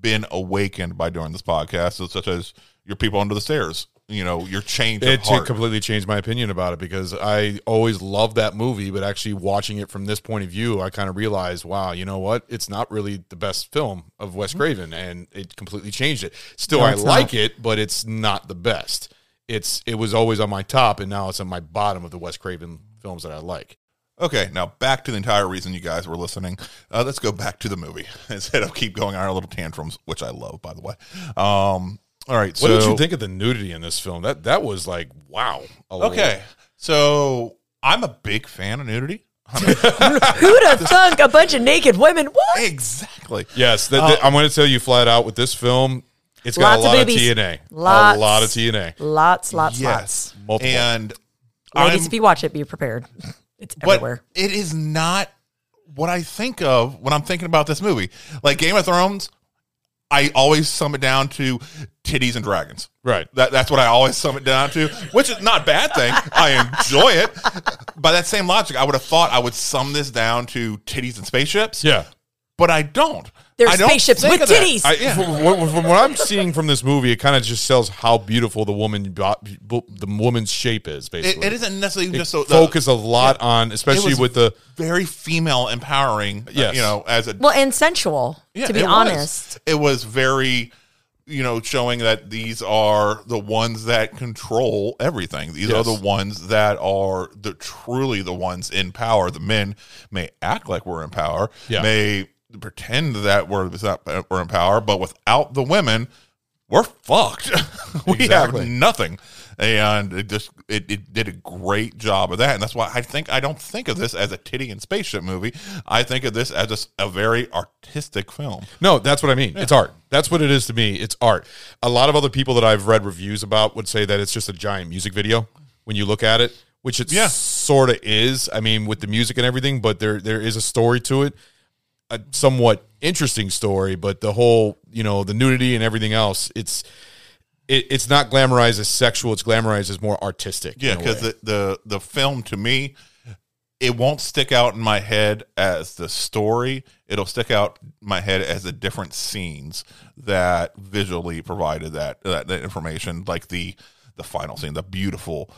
Speaker 1: been awakened by doing this podcast so such as your people under the stairs you know your change of
Speaker 3: it
Speaker 1: heart.
Speaker 3: completely changed my opinion about it because I always loved that movie, but actually watching it from this point of view, I kind of realized, wow, you know what? It's not really the best film of Wes Craven, and it completely changed it. Still, I
Speaker 4: Mm-hmm. it's
Speaker 3: like it, but it's not the best. It's it was always on my top, and now it's on my bottom of the Wes Craven films that I like.
Speaker 1: Okay, now back to the entire reason you guys were listening. Uh, let's go back to the movie instead of keep going on our little tantrums, which I love, by the way. Um, all right, so
Speaker 3: What did you think of the nudity in this film? That that was like wow. a lot.
Speaker 1: Okay, so I'm a big fan of nudity. I'm a-
Speaker 4: Who'd have thunk a bunch of naked women? What?
Speaker 1: exactly.
Speaker 3: Yes, that, that- I'm going to tell you flat out with this film, it's got a
Speaker 4: Uh, Lots of
Speaker 3: lot of,
Speaker 4: boobies.
Speaker 3: TNA,
Speaker 4: Lots.
Speaker 3: a lot of TNA.
Speaker 4: Lots, lots,
Speaker 1: Yes,
Speaker 3: Multiple.
Speaker 1: and
Speaker 4: lots. Ladies,
Speaker 1: I'm-
Speaker 4: if you watch it, be prepared. It's
Speaker 1: but
Speaker 4: everywhere.
Speaker 1: it is not what I think of when I'm thinking about this movie. Like Game of Thrones, I always sum it down to titties and dragons.
Speaker 3: Right.
Speaker 1: That, that's what I always sum it down to, which is not a bad thing. I enjoy it. By that same logic, I would have thought I would sum this down to titties and spaceships.
Speaker 3: Yeah.
Speaker 1: But I don't.
Speaker 4: They're
Speaker 1: I don't
Speaker 4: spaceships
Speaker 1: think
Speaker 4: with
Speaker 1: of that.
Speaker 4: titties.
Speaker 3: I, from, what, from what I'm seeing from this movie, it kind of just tells how beautiful the woman, bo- bo- the woman's shape is.
Speaker 1: It,
Speaker 3: Basically,
Speaker 1: it isn't necessarily just so
Speaker 3: so
Speaker 1: the-
Speaker 3: focus a lot on, especially
Speaker 1: was-
Speaker 3: with the
Speaker 1: very female empowering. uh,
Speaker 3: Yes.
Speaker 1: you know, as a
Speaker 4: Well, and sensual,
Speaker 1: Yeah,
Speaker 4: to be
Speaker 1: it was.
Speaker 4: honest.
Speaker 1: It was very, you know, showing that these are the ones that control everything. These are
Speaker 3: Yes.
Speaker 1: the ones that are the truly the ones in power. The men may act like we're in power,
Speaker 3: Yeah.
Speaker 1: may pretend that we're that we're in power, but without the women, we're fucked. we
Speaker 3: Exactly.
Speaker 1: have nothing. And it just it, it did a great job of that. And that's why I think I don't think of this as a titty and spaceship movie. I think of this as just a very artistic film.
Speaker 3: No, that's what I mean. It's art. That's what it is to me. It's art. A lot of other people that I've read reviews about would say that it's just a giant music video when you look at it, which it
Speaker 1: Yeah.
Speaker 3: sort of is. I mean, with the music and everything, but there there is a story to it, a somewhat interesting story. But the whole, you know, the nudity and everything else, it's it, it's not glamorized as sexual. It's glamorized as more artistic.
Speaker 1: Yeah,
Speaker 3: in a
Speaker 1: because
Speaker 3: way.
Speaker 1: the, the the film to me, it won't stick out in my head as the story. It'll stick out in my head as the different scenes that visually provided that that, that information, like the the final scene, the beautiful.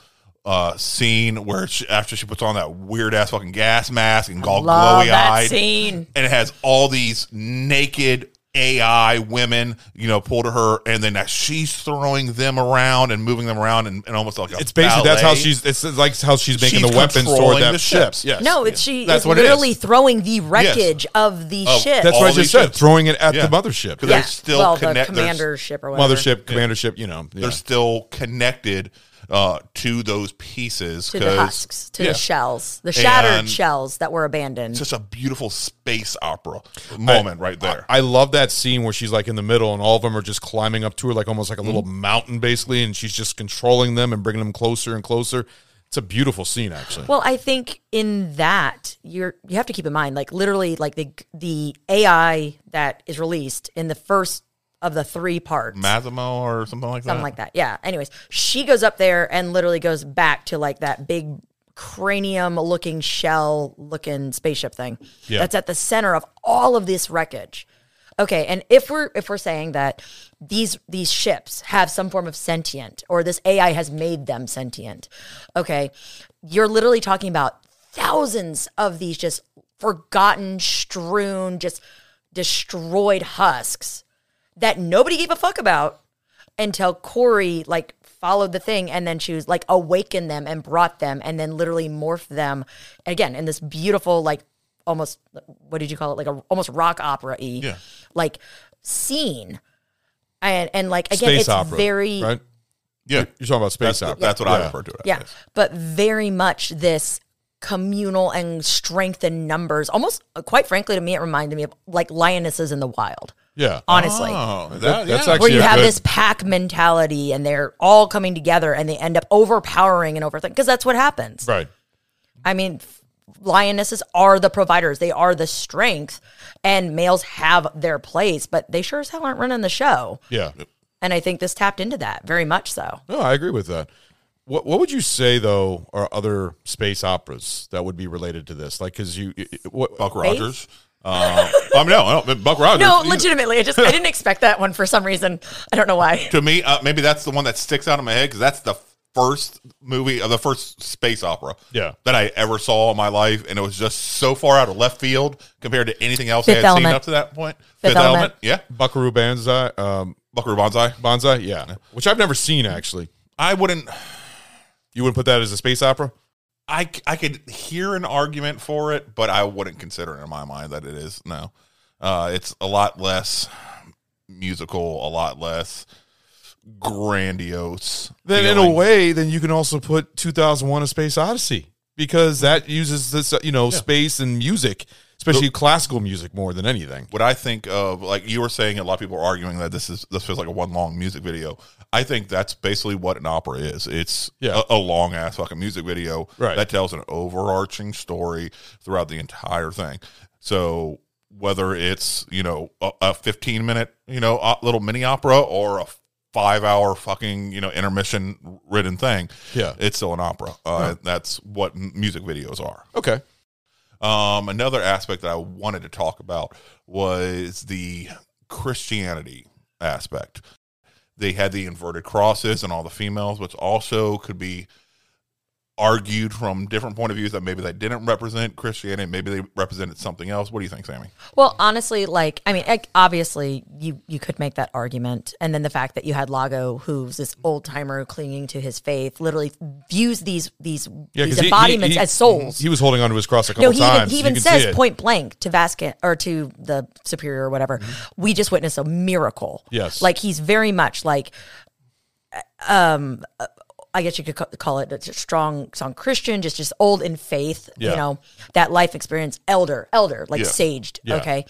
Speaker 1: Uh, scene where she, after she puts on that weird ass fucking gas mask and all
Speaker 4: Love
Speaker 1: glowy
Speaker 4: that
Speaker 1: eyed,
Speaker 4: scene.
Speaker 1: and it has all these naked AI women, you know, pulled to her, and then that she's throwing them around and moving them around, and, and almost like a
Speaker 3: it's basically that's how
Speaker 1: ballet.
Speaker 3: she's. It's like how she's making
Speaker 1: She's
Speaker 3: the weapons
Speaker 1: controlling
Speaker 3: toward that
Speaker 1: the
Speaker 3: ship.
Speaker 1: ships.
Speaker 3: Yes.
Speaker 4: No, it's she
Speaker 1: That's
Speaker 4: is
Speaker 1: what it is.
Speaker 4: literally throwing the wreckage of the ship.
Speaker 3: That's
Speaker 1: all
Speaker 3: what I
Speaker 1: these
Speaker 3: just said.
Speaker 1: ships.
Speaker 3: Throwing it at
Speaker 1: Yeah.
Speaker 3: the mothership.
Speaker 1: they're still
Speaker 4: well,
Speaker 1: connect-
Speaker 4: the
Speaker 1: they're-
Speaker 4: commandership or whatever.
Speaker 3: mothership, commandership, you know. yeah.
Speaker 1: they're still connected uh, to those pieces
Speaker 4: to the
Speaker 1: 'cause-
Speaker 4: husks, to
Speaker 1: yeah.
Speaker 4: the shells, the shattered
Speaker 1: And-
Speaker 4: shells that were abandoned.
Speaker 1: It's just a beautiful space opera moment right there.
Speaker 3: I, I love that scene where she's like in the middle and all of them are just climbing up to her, like almost like a little
Speaker 1: Mm-hmm.
Speaker 3: mountain, basically, and she's just controlling them and bringing them closer and closer. It's a beautiful scene, actually.
Speaker 4: Well, I think in that you're you have to keep in mind, like literally, like the the AI that is released in the first of the three parts,
Speaker 1: Massimo or something like
Speaker 4: something
Speaker 1: that.
Speaker 4: like that. Yeah. Anyways, she goes up there and literally goes back to like that big cranium looking shell looking spaceship thing
Speaker 3: Yeah.
Speaker 4: that's at the center of all of this wreckage. Okay, and if we're if we're saying that these these ships have some form of sentient or this AI has made them sentient. Okay. You're literally talking about thousands of these just forgotten, strewn, just destroyed husks that nobody gave a fuck about until Corey like followed the thing and then she was like awakened them and brought them and then literally morphed them again in this beautiful like almost what did you call it like a almost rock opera y
Speaker 1: Yeah.
Speaker 4: like scene and and like again
Speaker 3: space
Speaker 4: it's
Speaker 3: opera,
Speaker 4: very
Speaker 3: right?
Speaker 1: Yeah,
Speaker 3: You're talking about space
Speaker 1: that's,
Speaker 3: opera.
Speaker 1: that's what I
Speaker 3: Yeah.
Speaker 1: refer to it.
Speaker 4: yeah
Speaker 1: as.
Speaker 4: but very much this communal and strength in numbers almost quite frankly to me it reminded me of like lionesses in the wild
Speaker 3: Yeah,
Speaker 4: honestly
Speaker 1: Oh,
Speaker 3: That-
Speaker 1: that,
Speaker 3: that's
Speaker 1: that's yeah.
Speaker 3: actually-
Speaker 4: where you
Speaker 3: Yeah,
Speaker 4: have
Speaker 3: good.
Speaker 4: this pack mentality and they're all coming together and they end up overpowering and overthinking because that's what happens.
Speaker 3: right.
Speaker 4: I mean, f- lionesses are the providers, they are the strength, and males have their place, but they sure as hell aren't running the show.
Speaker 3: Yeah.
Speaker 4: And I think this tapped into that very much so.
Speaker 3: No, I agree with that. What What would you say though are other space operas that would be related to this? Like, because you, it- it- what,
Speaker 1: Buck Rogers. Uh, I mean, no, no, Buck Rogers.
Speaker 4: No,
Speaker 1: you-
Speaker 4: legitimately, I just I didn't expect that one for some reason. I don't know why.
Speaker 1: To me, uh, maybe that's the one that sticks out in my head because that's the first movie, uh, the first space opera,
Speaker 3: Yeah.
Speaker 1: that I ever saw in my life, and it was just so far out of left field compared to anything else I
Speaker 4: Fifth
Speaker 1: had seen
Speaker 4: Element.
Speaker 1: up to that point.
Speaker 4: Fifth Element.
Speaker 1: yeah,
Speaker 3: Buckaroo Banzai, um,
Speaker 1: Buckaroo Banzai.
Speaker 3: Banzai, yeah, which I've never seen actually.
Speaker 1: I wouldn't.
Speaker 3: You wouldn't put that as a space opera?
Speaker 1: I, c- I could hear an argument for it, but I wouldn't consider it in my mind that it is. No, uh, it's a lot less musical, a lot less grandiose.
Speaker 3: Then in a
Speaker 1: feeling.
Speaker 3: way, then you can also put 2001: A Space Odyssey because that uses this, uh, you know, space and music, especially classical music more than anything.
Speaker 1: what I think of, like you were saying, a lot of people are arguing that this is this feels like a one long music video. I think that's basically what an opera is. It's
Speaker 3: Yeah.
Speaker 1: a, a long ass fucking music video
Speaker 3: Right.
Speaker 1: that tells an overarching story throughout the entire thing. So whether it's you know a, a fifteen minute you know uh, little mini opera or a five hour fucking you know intermission ridden thing,
Speaker 3: Yeah.
Speaker 1: it's still an opera. Uh, That's what m- music videos are.
Speaker 3: Okay.
Speaker 1: Um, another aspect that I wanted to talk about was the Christianity aspect. They had the inverted crosses and all the females, which also could be argued from different point of views that maybe they didn't represent Christianity, maybe they represented something else. What do you think, Sammy?
Speaker 4: Well, honestly, like I mean, like, obviously, you you could make that argument, and then the fact that you had Lago, who's this old timer clinging to his faith, literally views these these these
Speaker 3: he- he-
Speaker 4: embodiments
Speaker 3: he-
Speaker 4: as souls.
Speaker 3: He was holding onto his cross a couple
Speaker 4: no, he even,
Speaker 3: times.
Speaker 4: he
Speaker 3: You
Speaker 4: even
Speaker 3: can see
Speaker 4: says
Speaker 3: it.
Speaker 4: point blank to Vasquez or to the superior or whatever. We just witnessed a miracle.
Speaker 3: Yes.
Speaker 4: like he's very much like, um, I guess you could ca- call it a just strong, strong Christian, just just old in faith.
Speaker 3: Yeah.
Speaker 4: You know that life experience, elder, elder, like
Speaker 1: Yeah.
Speaker 4: saged.
Speaker 3: Yeah.
Speaker 4: Okay,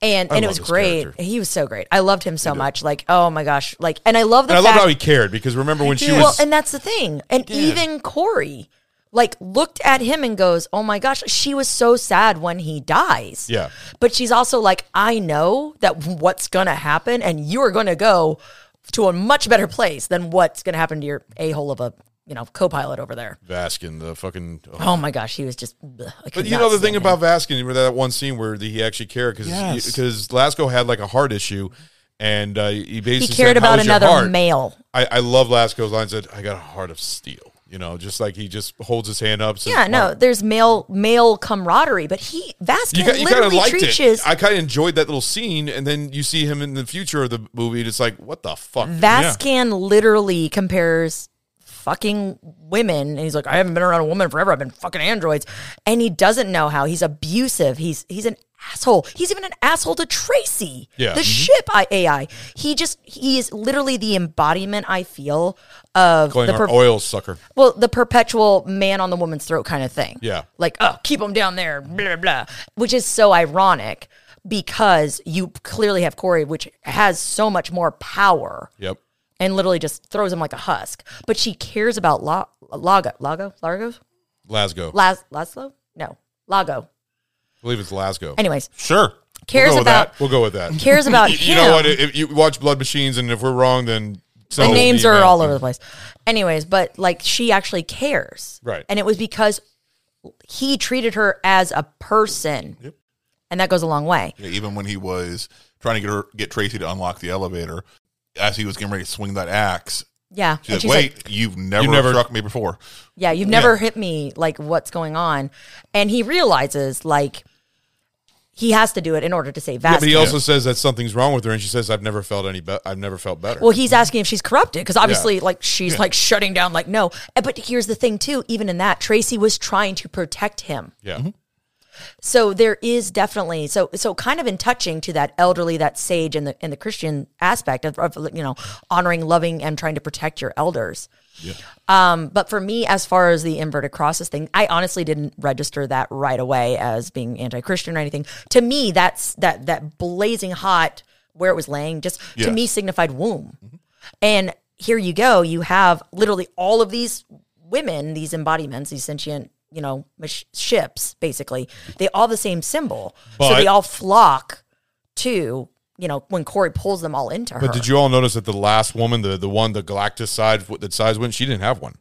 Speaker 4: and and it
Speaker 3: love
Speaker 4: was
Speaker 3: this
Speaker 4: great.
Speaker 3: character.
Speaker 4: He was so great. I loved him so much. Like, oh my gosh, like, and I love the
Speaker 3: And I
Speaker 4: fact
Speaker 3: love how he cared because remember when she
Speaker 1: did.
Speaker 3: was
Speaker 4: well, and that's the thing. And even Corey, like, looked at him and goes, "Oh my gosh, she was so sad when he dies."
Speaker 3: Yeah.
Speaker 4: But she's also like, "I know that what's gonna happen, and you are gonna go to a much better place than what's gonna happen to your a hole of a you know co-pilot over there."
Speaker 3: Vaskin, the fucking.
Speaker 4: Oh my gosh, he was just. ugh, I could
Speaker 3: But you
Speaker 4: not
Speaker 3: know the
Speaker 4: stand
Speaker 3: thing
Speaker 4: him.
Speaker 3: about Vaskin, remember that one scene where the, he actually cared because
Speaker 1: Yes.
Speaker 3: Lasco had like a heart issue, and uh, he basically
Speaker 4: he cared
Speaker 3: said, "How
Speaker 4: about
Speaker 3: is your
Speaker 4: another
Speaker 3: heart?"
Speaker 4: male.
Speaker 3: I, I love Lasco's line said, "I got a heart of steel." You know, just like he just holds his hand up. says,
Speaker 4: Yeah, no,
Speaker 3: "Mark."
Speaker 4: there's male male camaraderie, but he Vasquez
Speaker 3: You, ki- you kind of
Speaker 4: literally
Speaker 3: liked
Speaker 4: treats
Speaker 3: it.
Speaker 4: his
Speaker 3: I kind of enjoyed that little scene, and then you see him in the future of the movie, and it's like, what the fuck? dude?
Speaker 4: Vascan literally compares fucking women and he's like I haven't been around a woman forever I've been fucking androids and he doesn't know how he's abusive he's he's an asshole. He's even an asshole to Tracy.
Speaker 3: Yeah.
Speaker 4: The
Speaker 3: Mhm.
Speaker 4: ship I, AI. He just he is literally the embodiment I feel of
Speaker 3: Calling
Speaker 4: the
Speaker 3: our
Speaker 4: per-
Speaker 3: oil sucker.
Speaker 4: well, the perpetual man on the woman's throat kind of thing.
Speaker 3: Yeah.
Speaker 4: Like, oh, keep them down there, blah, blah, which is so ironic because you clearly have Corey, which has so much more power
Speaker 3: Yep.
Speaker 4: and literally just throws him like a husk. But she cares about La- Lago, Lago, Largo,
Speaker 3: Lasgo.
Speaker 4: Las- Laszlo? No, Lago.
Speaker 3: I believe it's Lasgo.
Speaker 4: Anyways,
Speaker 3: Sure.
Speaker 4: Cares
Speaker 3: we'll go
Speaker 4: about-
Speaker 3: With that. We'll go with that.
Speaker 4: cares about
Speaker 3: you,
Speaker 4: him.
Speaker 3: you know what? If you watch Blood Machines, and if we're wrong, then
Speaker 4: the
Speaker 3: so
Speaker 4: names
Speaker 3: be
Speaker 4: are
Speaker 3: it.
Speaker 4: all over the place. Anyways, but like she actually cares.
Speaker 3: Right.
Speaker 4: And it was because he treated her as a person. And that goes a long way.
Speaker 1: Yeah, even when he was trying to get her get Tracy to unlock the elevator, as he was getting ready to swing that axe,
Speaker 4: Yeah.
Speaker 1: she's
Speaker 4: and
Speaker 1: like,
Speaker 4: she's
Speaker 1: "Wait, you've never,
Speaker 3: never-
Speaker 1: struck me before."
Speaker 4: yeah, you've never hit me. Like, what's going on? And he realizes, like, he has to do it in order to save
Speaker 3: Yeah,
Speaker 4: Vasquez.
Speaker 3: but he also says that something's wrong with her, and she says, "I've never felt any. Be- I've never felt better."
Speaker 4: Well, he's asking if she's corrupted because obviously, like, she's like shutting down, like, no. Uh, But here's the thing, too. Even in that, Tracy was trying to protect him.
Speaker 3: yeah. Mm-hmm.
Speaker 4: So there is definitely so so kind of in touching to that elderly, that sage, and the and the Christian aspect of, of you know honoring, loving, and trying to protect your elders. Um, but for me, as far as the inverted crosses thing, I honestly didn't register that right away as being anti-Christian or anything. To me, that's that that blazing hot where it was laying just to
Speaker 1: Yes.
Speaker 4: me signified womb. And here you go, you have literally all of these women, these embodiments, these sentient, you know, mach- ships basically. They all have the same symbol. so
Speaker 3: But-
Speaker 4: they all flock to, you know, when Corey pulls them all into her.
Speaker 3: But did you all notice that the last woman, the the one, the Galactus side, that size went, she didn't have one.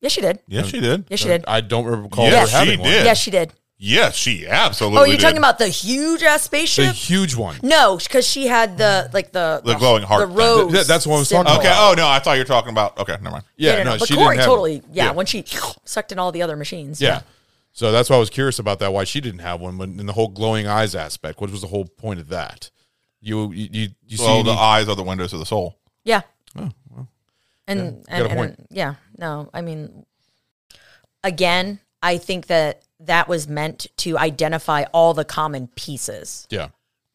Speaker 4: Yes, she did.
Speaker 1: Yes, she did.
Speaker 4: Yes, she did.
Speaker 3: I don't recall
Speaker 1: Yes,
Speaker 3: her having
Speaker 1: she
Speaker 3: one.
Speaker 1: did.
Speaker 4: Yes, she did.
Speaker 1: Yes, she absolutely.
Speaker 4: Oh, you're
Speaker 1: did.
Speaker 4: talking about the huge ass
Speaker 3: The
Speaker 4: spaceship?
Speaker 3: huge one.
Speaker 4: No, because she had the like the
Speaker 1: The glowing heart
Speaker 4: the
Speaker 1: thing.
Speaker 4: rose.
Speaker 3: Th- that's what I was talking
Speaker 4: symbol.
Speaker 1: Okay. Oh no, I thought you were talking about. Okay, never mind.
Speaker 3: Yeah, no,
Speaker 4: but
Speaker 3: she
Speaker 4: Corey
Speaker 3: didn't have
Speaker 4: totally.
Speaker 3: one.
Speaker 4: Yeah, when she sucked in all the other machines.
Speaker 3: Yeah. So that's why I was curious about that. Why she didn't have one? When in the whole glowing eyes aspect, what was the whole point of that? You you you, you see
Speaker 1: So the
Speaker 3: any-
Speaker 1: eyes are the windows of the soul.
Speaker 4: yeah. and
Speaker 3: Oh, you got
Speaker 4: and,
Speaker 3: a point.
Speaker 4: and yeah, no, I mean, again, I think that that was meant to identify all the common pieces.
Speaker 3: yeah.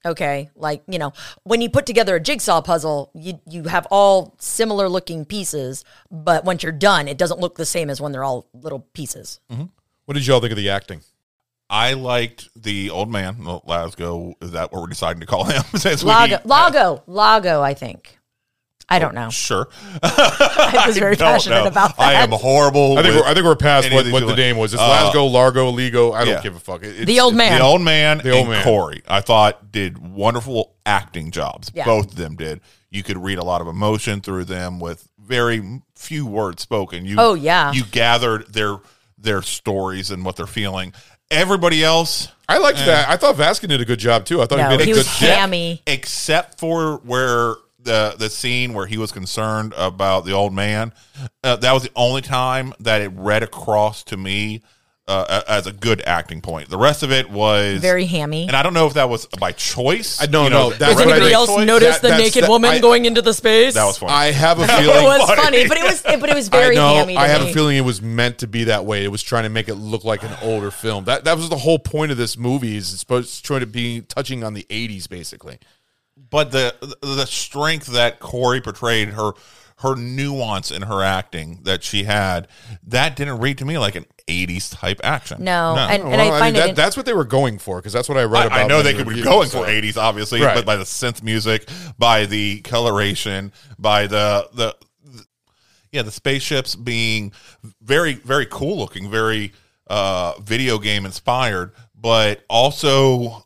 Speaker 4: Okay, like you know, when you put together a jigsaw puzzle, you you have all similar looking pieces, but once you're done, it doesn't look the same as when they're all little pieces.
Speaker 3: Mm-hmm. What did y'all think of the acting?
Speaker 1: I liked the old man, the Lasgo. Is that what we're deciding to call him? Since we-
Speaker 4: Lago, Lago, Lago. I think. I don't know.
Speaker 1: Sure.
Speaker 4: I was very
Speaker 1: don't
Speaker 4: passionate
Speaker 1: know.
Speaker 4: about that.
Speaker 1: I am horrible.
Speaker 3: I think
Speaker 1: with
Speaker 3: we're, I think we're past
Speaker 1: any of
Speaker 3: what,
Speaker 1: these
Speaker 3: what the
Speaker 1: villains.
Speaker 3: name was. It's
Speaker 1: Uh,
Speaker 3: Lasgo, Largo, Ligo. I don't
Speaker 1: yeah.
Speaker 3: give a fuck. It-
Speaker 4: the old man.
Speaker 1: The old man
Speaker 3: The old
Speaker 1: and
Speaker 3: man.
Speaker 1: Corey, I thought, did wonderful acting jobs.
Speaker 4: Yeah.
Speaker 1: Both of them did. You could read a lot of emotion through them with very few words spoken. You,
Speaker 4: Oh, yeah.
Speaker 1: you gathered their their stories and what they're feeling. Everybody else,
Speaker 3: I liked that. I thought Vaskin did a good job too. I thought
Speaker 4: No,
Speaker 3: he did
Speaker 4: he
Speaker 3: Oh, a
Speaker 4: was
Speaker 3: good job.
Speaker 4: hammy.
Speaker 1: except for where the the scene where he was concerned about the old man, uh, that was the only time that it read across to me. Uh, a- as a good acting point, the rest of it was
Speaker 4: Very hammy.
Speaker 1: And I don't know if that was by choice.
Speaker 3: I don't know. That's
Speaker 4: Does
Speaker 3: what I
Speaker 4: anybody
Speaker 3: think.
Speaker 4: else
Speaker 3: Toy-
Speaker 4: notice
Speaker 3: that-
Speaker 4: the
Speaker 3: that's-
Speaker 4: naked
Speaker 3: that-
Speaker 4: woman
Speaker 3: I-
Speaker 4: going into the space?
Speaker 1: that was funny.
Speaker 3: I have a feeling.
Speaker 4: it was funny. but it was it, but it was very
Speaker 3: I know.
Speaker 4: hammy. To
Speaker 3: I have
Speaker 4: me.
Speaker 3: a feeling it was meant to be that way. It was trying to make it look like an older film. That that was the whole point of this movie. Is it's supposed it's trying to be touching on the '80s, basically.
Speaker 1: but the the strength that Corey portrayed her her nuance in her acting that she had that didn't read to me like an 80s type action.
Speaker 4: No, and, and
Speaker 3: Oh, Well,
Speaker 4: I
Speaker 3: mean,
Speaker 4: find
Speaker 3: that-
Speaker 4: it.
Speaker 3: that's what they were going for because that's what I read about.
Speaker 1: I, I know
Speaker 3: in
Speaker 1: they
Speaker 3: the
Speaker 1: could be
Speaker 3: review,
Speaker 1: going
Speaker 3: so.
Speaker 1: for 80s obviously,
Speaker 3: Right.
Speaker 1: but by the synth music, by the coloration, by the the yeah, the spaceships being very, very cool looking, very uh, video game inspired, but also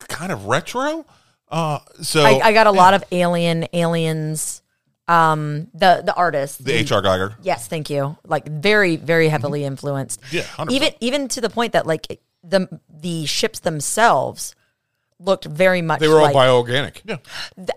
Speaker 1: kind of retro. Uh, so
Speaker 4: I, I got a lot of alien aliens. Um, the the artist,
Speaker 1: the HR Geiger.
Speaker 4: Yes, thank you. Like very,
Speaker 3: Mm-hmm.
Speaker 4: very heavily influenced.
Speaker 1: Yeah, 100%.
Speaker 4: even even to the point that like the the ships themselves looked very much.
Speaker 3: They were all
Speaker 4: like,
Speaker 3: bioorganic.
Speaker 4: Th-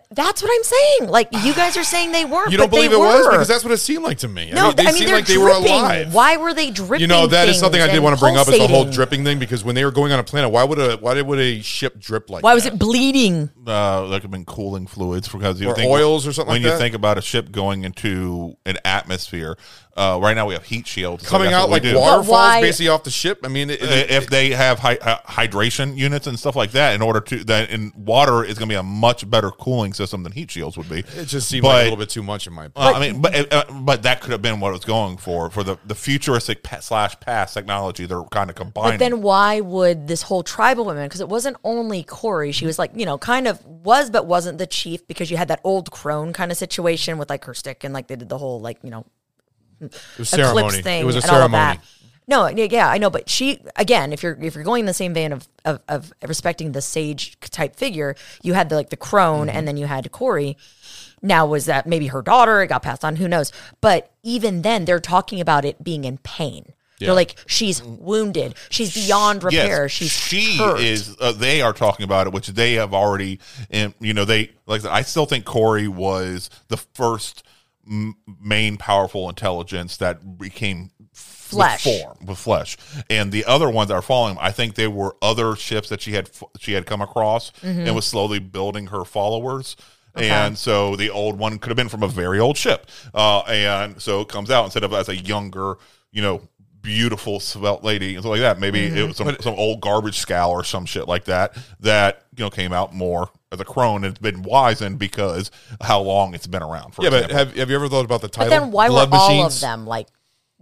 Speaker 4: that's what I'm saying. Like you guys are saying they weren't.
Speaker 3: You don't
Speaker 4: but they
Speaker 3: believe it was
Speaker 4: were.
Speaker 3: because that's what it seemed like to me.
Speaker 4: no.
Speaker 3: they
Speaker 4: I mean,
Speaker 3: seemed
Speaker 4: they're
Speaker 3: like they were
Speaker 4: dripping.
Speaker 3: alive.
Speaker 4: Why were they dripping?
Speaker 3: You know, that is
Speaker 4: things
Speaker 3: something I did
Speaker 4: and
Speaker 3: want to bring up is the whole
Speaker 4: pulsating?
Speaker 3: dripping thing because when they were going on a planet, why would a why would a ship drip like
Speaker 4: Why was
Speaker 3: that?
Speaker 4: it bleeding?
Speaker 1: uh, that could have been cooling fluids because you
Speaker 3: Or
Speaker 1: think
Speaker 3: oils or something
Speaker 1: When
Speaker 3: like
Speaker 1: you
Speaker 3: that?
Speaker 1: think about a ship going into an atmosphere, Uh, right now we have heat shields so
Speaker 3: coming
Speaker 1: that's
Speaker 3: out
Speaker 1: what
Speaker 3: like
Speaker 1: we do.
Speaker 3: waterfalls
Speaker 4: why-
Speaker 3: basically off the ship. I mean, it,
Speaker 1: I- if they have hy- uh, hydration units and stuff like that, in order to that in water is going to be a much better cooling system than heat shields would be.
Speaker 3: it just seemed
Speaker 1: but,
Speaker 3: like a little bit too much in my opinion.
Speaker 1: uh, I mean, but uh, but that could have been what it was going for for the the futuristic pa- slash past technology. They're kind of combining.
Speaker 4: But then why would this whole tribe of women? Because it wasn't only Corey. She was like, you know, kind of was, but wasn't the chief because you had that old crone kind of situation with like her stick and like they did the whole like you know
Speaker 3: It was
Speaker 4: eclipse
Speaker 3: ceremony.
Speaker 4: thing.
Speaker 3: It was a
Speaker 4: and all of
Speaker 3: ceremony.
Speaker 4: that. No, yeah, yeah, I know, but she again, if you're if you're going in the same vein of of, of respecting the sage type figure, you had the, like the crone, and then you had Corey. Now was that maybe her daughter? It got passed on. Who knows? But even then, they're talking about it being in pain.
Speaker 3: Yeah.
Speaker 4: They're like, she's wounded. She's beyond repair. she's
Speaker 1: she
Speaker 4: hurt.
Speaker 1: is. Uh, they are talking about it, which they have already. And you know, they like I said, I still think Corey was the first m- main powerful intelligence that became f- with
Speaker 4: Flesh.
Speaker 1: form with flesh, and the other ones that are following. Him, I think they were other ships that she had f- she had come across and was slowly building her followers. And so the old one could have been from a very old ship, uh, and so it comes out instead of as a younger, you know, beautiful svelte lady and stuff like that. Maybe it was some, some old garbage scowl or some shit like that that you know came out more as a crone and it's been wisened because how long it's been around. For
Speaker 3: Yeah, but
Speaker 1: example.
Speaker 3: have, have you ever thought about the
Speaker 4: but
Speaker 3: title?
Speaker 4: then why were
Speaker 3: Blood
Speaker 4: all of
Speaker 3: Machines?
Speaker 4: them like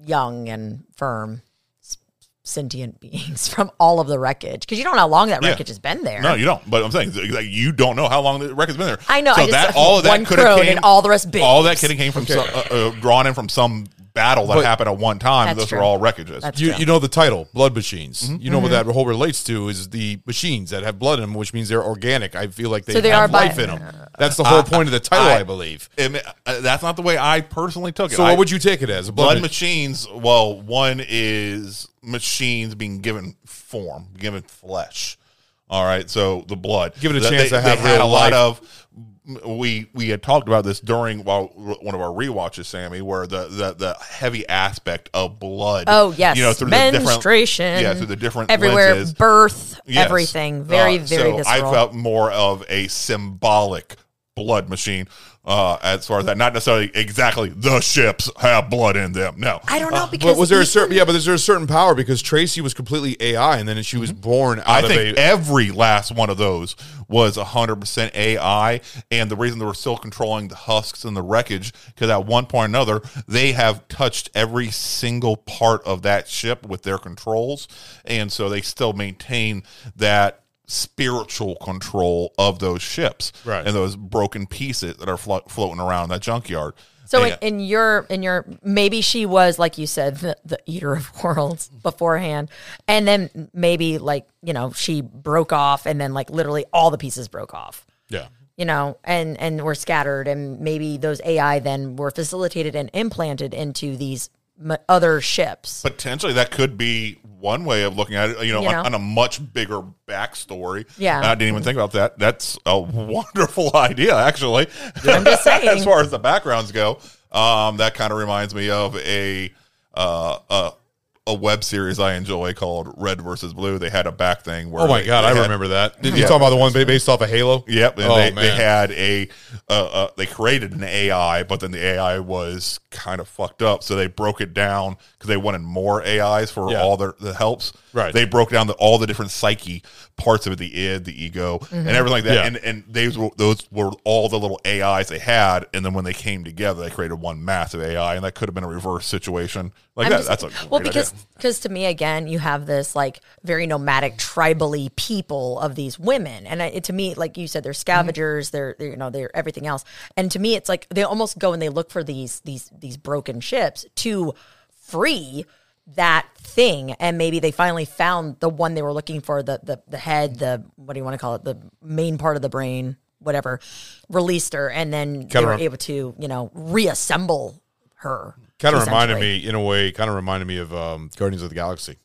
Speaker 4: young and firm? s- Sentient beings from all of the wreckage because you don't know how long that
Speaker 1: Yeah.
Speaker 4: wreckage has been there.
Speaker 1: No, you don't. But I'm saying like, you don't know how long the record's been there.
Speaker 4: I know,
Speaker 1: So
Speaker 4: I just-
Speaker 1: that all of
Speaker 4: one
Speaker 1: that could have
Speaker 4: crone
Speaker 1: came
Speaker 4: and all the rest babes.
Speaker 1: All that could have came from some, uh, uh, drawn in from some battle that
Speaker 3: But-
Speaker 1: happened at one time.
Speaker 4: That's
Speaker 1: Those
Speaker 4: true.
Speaker 1: were all wreckages.
Speaker 4: That's
Speaker 3: You,
Speaker 4: true.
Speaker 3: you know the title, Blood Machines.
Speaker 1: Mm-hmm.
Speaker 3: You know what that whole relates to is the machines that have blood in them, which means they're organic. I feel like they,
Speaker 4: So they
Speaker 3: have
Speaker 4: are
Speaker 3: life
Speaker 4: bio-
Speaker 3: in them. That's the whole point of the title, I,
Speaker 1: Uh, I-
Speaker 3: believe.
Speaker 1: I mean, uh, that's not the way I personally took it.
Speaker 3: So
Speaker 1: I-
Speaker 3: what would you take it as? A
Speaker 1: blood
Speaker 3: blood, machine?
Speaker 1: machines well one is machines being given form given flesh all right so the blood
Speaker 3: Give it a
Speaker 1: They-
Speaker 3: chance
Speaker 1: they,
Speaker 3: to have
Speaker 1: they had
Speaker 3: real
Speaker 1: a
Speaker 3: life.
Speaker 1: lot of we we had talked about this during while one of our rewatches sammy where the the, the heavy aspect of blood
Speaker 4: Oh yes,
Speaker 1: you know through
Speaker 4: menstruation.
Speaker 1: the different yeah through the different
Speaker 4: everywhere,
Speaker 1: lenses.
Speaker 4: birth,
Speaker 1: Yes.
Speaker 4: everything, very
Speaker 1: Uh,
Speaker 4: very
Speaker 1: so
Speaker 4: visceral.
Speaker 1: I felt more of a symbolic blood machine uh, as far as that. Not necessarily exactly the ships have blood in them. No,
Speaker 4: I don't know because
Speaker 3: But was there a
Speaker 4: even-
Speaker 3: certain? Yeah, but is there a certain power because Tracy was completely AI, and then she was born out
Speaker 1: Mm-hmm. I
Speaker 3: of
Speaker 1: think
Speaker 3: a.
Speaker 1: every last one of those was 100% AI. And the reason they were still controlling the husks and the wreckage, because at one point or another, they have touched every single part of that ship with their controls. And so they still maintain that spiritual control of those ships
Speaker 3: Right.
Speaker 1: and those broken pieces that are flo- floating around that junkyard.
Speaker 4: So in,
Speaker 1: And-
Speaker 4: in your in your maybe she was like you said the, the eater of worlds beforehand, and then maybe like you know she broke off, and then like literally all the pieces broke off.
Speaker 3: yeah.
Speaker 4: you know, and and were scattered, and maybe those AI then were facilitated and implanted into these m- other ships.
Speaker 1: potentially that could be one way of looking at it you know,
Speaker 4: You know?
Speaker 1: On, on a much bigger backstory
Speaker 4: Yeah.
Speaker 1: i didn't even think about that that's a wonderful idea actually
Speaker 4: I'm just saying.
Speaker 1: as far as the backgrounds go um, that kind of reminds me of a uh, a, a web series i enjoy called red versus blue they had a back thing where
Speaker 3: Oh my
Speaker 1: they-
Speaker 3: god,
Speaker 1: they
Speaker 3: I
Speaker 1: had-
Speaker 3: remember that. You talking about the one ba- based off of Halo?
Speaker 1: Yep, and
Speaker 3: oh
Speaker 1: they,
Speaker 3: man.
Speaker 1: they had a uh, uh, they created an AI, but then the AI was kind of fucked up, so they broke it down because they wanted more AIs for
Speaker 3: Yeah.
Speaker 1: all their the helps.
Speaker 3: Right.
Speaker 1: they broke down the, all the different psyche parts of it, the id, the ego,
Speaker 4: Mm-hmm.
Speaker 1: and everything like that.
Speaker 3: Yeah.
Speaker 1: And and those were, those were all the little AIs they had, and then when they came together, they created one massive AI, and that could have been a reverse situation like
Speaker 4: I'm
Speaker 1: that.
Speaker 4: just-
Speaker 1: that's a
Speaker 4: well
Speaker 1: great
Speaker 4: because
Speaker 1: idea.
Speaker 4: because to me again you have this like very nomadic tribally people of these women and I, it, to me like you said
Speaker 1: Mm-hmm.
Speaker 4: they're scavengers they're, they're you know they're everything else and to me it's like they almost go and they look for these these these broken ships to free that thing and maybe they finally found the one they were looking for the the, the head the what do you want to call it the main part of the brain whatever released her and then they
Speaker 3: Kinda
Speaker 4: were
Speaker 3: rem-
Speaker 4: able to you know reassemble her
Speaker 3: kind of reminded
Speaker 4: essentially.
Speaker 3: me in a way kind of reminded me of um, guardians of the galaxy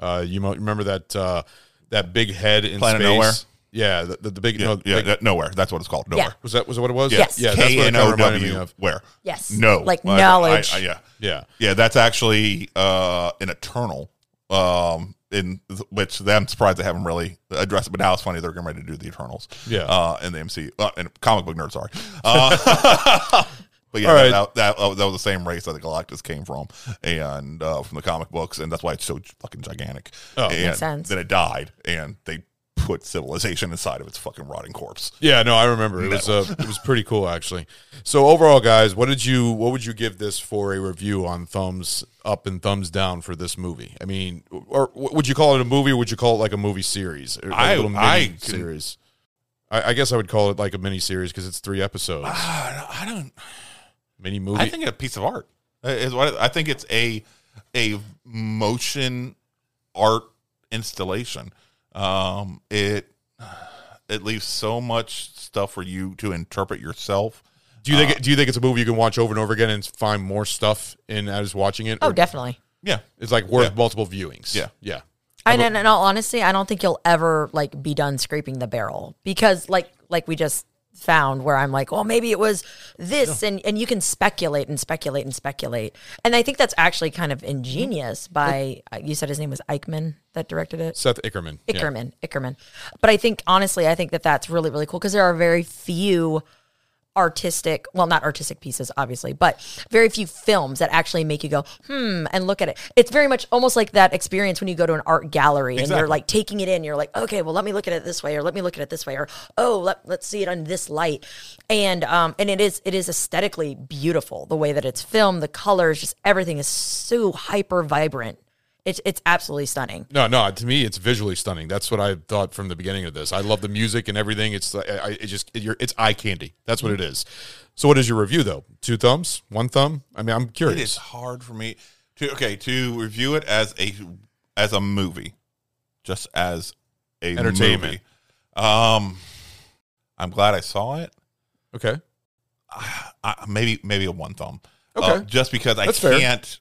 Speaker 3: uh, you mo- remember that uh, that big head in
Speaker 1: Planet
Speaker 3: space?
Speaker 1: Nowhere?
Speaker 3: yeah the, the, the big,
Speaker 1: yeah,
Speaker 3: no,
Speaker 1: yeah,
Speaker 3: big-
Speaker 1: that- nowhere. That's what it's called. Nowhere.
Speaker 3: was that was that what it was
Speaker 4: Yes.
Speaker 3: yeah that's what
Speaker 1: K
Speaker 3: it
Speaker 1: N
Speaker 3: kind of
Speaker 1: O
Speaker 3: reminded me
Speaker 1: W.
Speaker 3: of
Speaker 1: Where?
Speaker 4: Yes.
Speaker 1: No.
Speaker 4: Like
Speaker 1: I- I-
Speaker 4: knowledge.
Speaker 1: I- yeah.
Speaker 3: yeah
Speaker 1: Yeah. That's actually uh, an eternal. Um, in th- which I'm surprised they haven't really addressed it, but now it's funny they're getting ready to do the Eternals.
Speaker 3: Yeah.
Speaker 1: Uh, in the MCU, uh, and comic book nerd, sorry. Uh, But yeah,
Speaker 3: All right.
Speaker 1: that, that, that, that was the same race that the Galactus came from, and uh, from the comic books, and that's why it's so fucking gigantic. Oh, and
Speaker 4: Makes sense.
Speaker 1: Then it died, and they put civilization inside of its fucking rotting corpse.
Speaker 3: Yeah, no, I remember. It was uh, it was pretty cool actually. So overall, guys, what did you what would you give this for a review on thumbs up and thumbs down for this movie? I mean, or w- would you call it a movie? or Would you call it like a movie series? Or like
Speaker 1: I-
Speaker 3: a little
Speaker 1: I
Speaker 3: mini
Speaker 1: can-
Speaker 3: series. I, I guess I would call it like a mini series because it's three episodes,
Speaker 1: Ah, I don't.
Speaker 3: mini movie.
Speaker 1: I think it's a piece of art Uh, is what I I think it's a a motion art installation. Um, it it leaves so much stuff for you to interpret yourself.
Speaker 3: do you think
Speaker 1: uh,
Speaker 3: it- do you think it's a movie you can watch over and over again and find more stuff in as watching it?
Speaker 4: Oh,
Speaker 3: Or
Speaker 4: definitely.
Speaker 1: Yeah,
Speaker 3: It's like worth
Speaker 1: Yeah.
Speaker 3: multiple viewings.
Speaker 1: Yeah.
Speaker 3: yeah.
Speaker 4: And in, in all honesty, I don't think you'll ever like be done scraping the barrel because like like we just found where I'm like, well, maybe it was this, and and you can speculate and speculate and speculate, and I think that's actually kind of
Speaker 1: Mm-hmm.
Speaker 4: ingenious. By uh, you said his name was Eichmann that directed it.
Speaker 3: Seth Ickerman. Yeah.
Speaker 4: Ickerman, Ickerman. But I think honestly, I think that that's really really cool because there are very few artistic, well, not artistic pieces, obviously, but very few films that actually make you go hmm and look at it. It's very much almost like that experience when you go to an art gallery and you're like taking it in. You're like, okay, well, let me look at it this way, or let me look at it this way, or oh, let, let's see it on this light, and um and it is it is aesthetically beautiful the way that it's filmed, the colors, just everything is so hyper vibrant. It's it's absolutely stunning.
Speaker 3: No, no. To me, it's visually stunning. That's what I thought from the beginning of this. I love the music and everything. It's like- I, I- it just it, you're, it's eye candy. That's what it is. So, what is your review though? Two thumbs, one thumb. I mean, I'm
Speaker 1: it is
Speaker 3: curious.
Speaker 1: hard for me to okay to review it as a as a movie, just as a
Speaker 3: Entertainment.
Speaker 1: movie. Um, I'm glad I saw it.
Speaker 3: Okay,
Speaker 1: I, maybe maybe a one thumb.
Speaker 3: Okay.
Speaker 1: Uh, just because I
Speaker 3: That's fair.
Speaker 1: can't.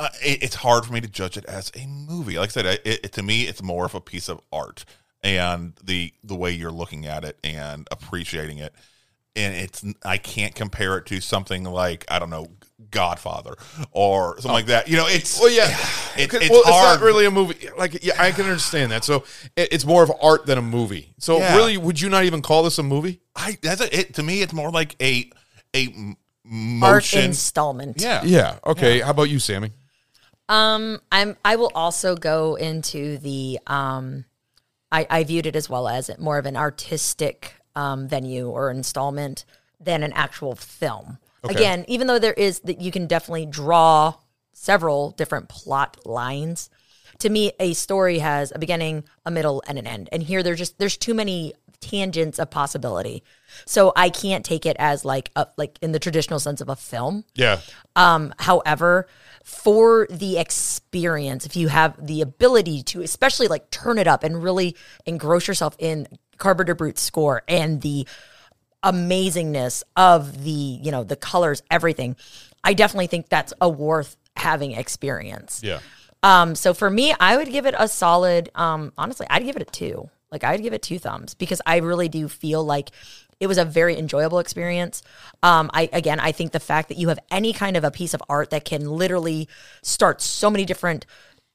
Speaker 1: Uh, it, it's hard for me to judge it as a movie. Like I said, I, it, it- to me, it's more of a piece of art, and the the way you're looking at it and appreciating it, and it's I can't compare it to something like I don't know Godfather or something like that. You know, it's
Speaker 3: Well, yeah.
Speaker 1: it,
Speaker 3: Okay,
Speaker 1: it's
Speaker 3: well,
Speaker 1: hard.
Speaker 3: it's not really a movie. Like, yeah, I can understand that. So, it, it's more of art than a movie. So,
Speaker 1: Yeah.
Speaker 3: really, would you not even call this a movie?
Speaker 1: I that's a, it to me. It's more like a a m-
Speaker 4: art
Speaker 1: motion.
Speaker 4: installment.
Speaker 1: yeah,
Speaker 3: Yeah. Okay. How about you, Sammy?
Speaker 4: Um, I'm I will also go into the um I, I viewed it as well as more of an artistic um, venue or installment than an actual film. Again, even though there is that you can definitely draw several different plot lines. To me, a story has a beginning, a middle, and an end. And here, there's just there's too many tangents of possibility, so I can't take it as like a like in the traditional sense of a film.
Speaker 3: Yeah.
Speaker 4: Um, however, for the experience, if you have the ability to, especially like turn it up and really engross yourself in Carpenter Brute's score and the amazingness of the, you know, the colors, everything, I definitely think that's a worth having experience.
Speaker 3: Yeah.
Speaker 4: Um, so for me, I would give it a solid. Um, honestly, I'd give it a two. Like I'd give it two thumbs because I really do feel like it was a very enjoyable experience. Um, I again, I think the fact that you have any kind of a piece of art that can literally start so many different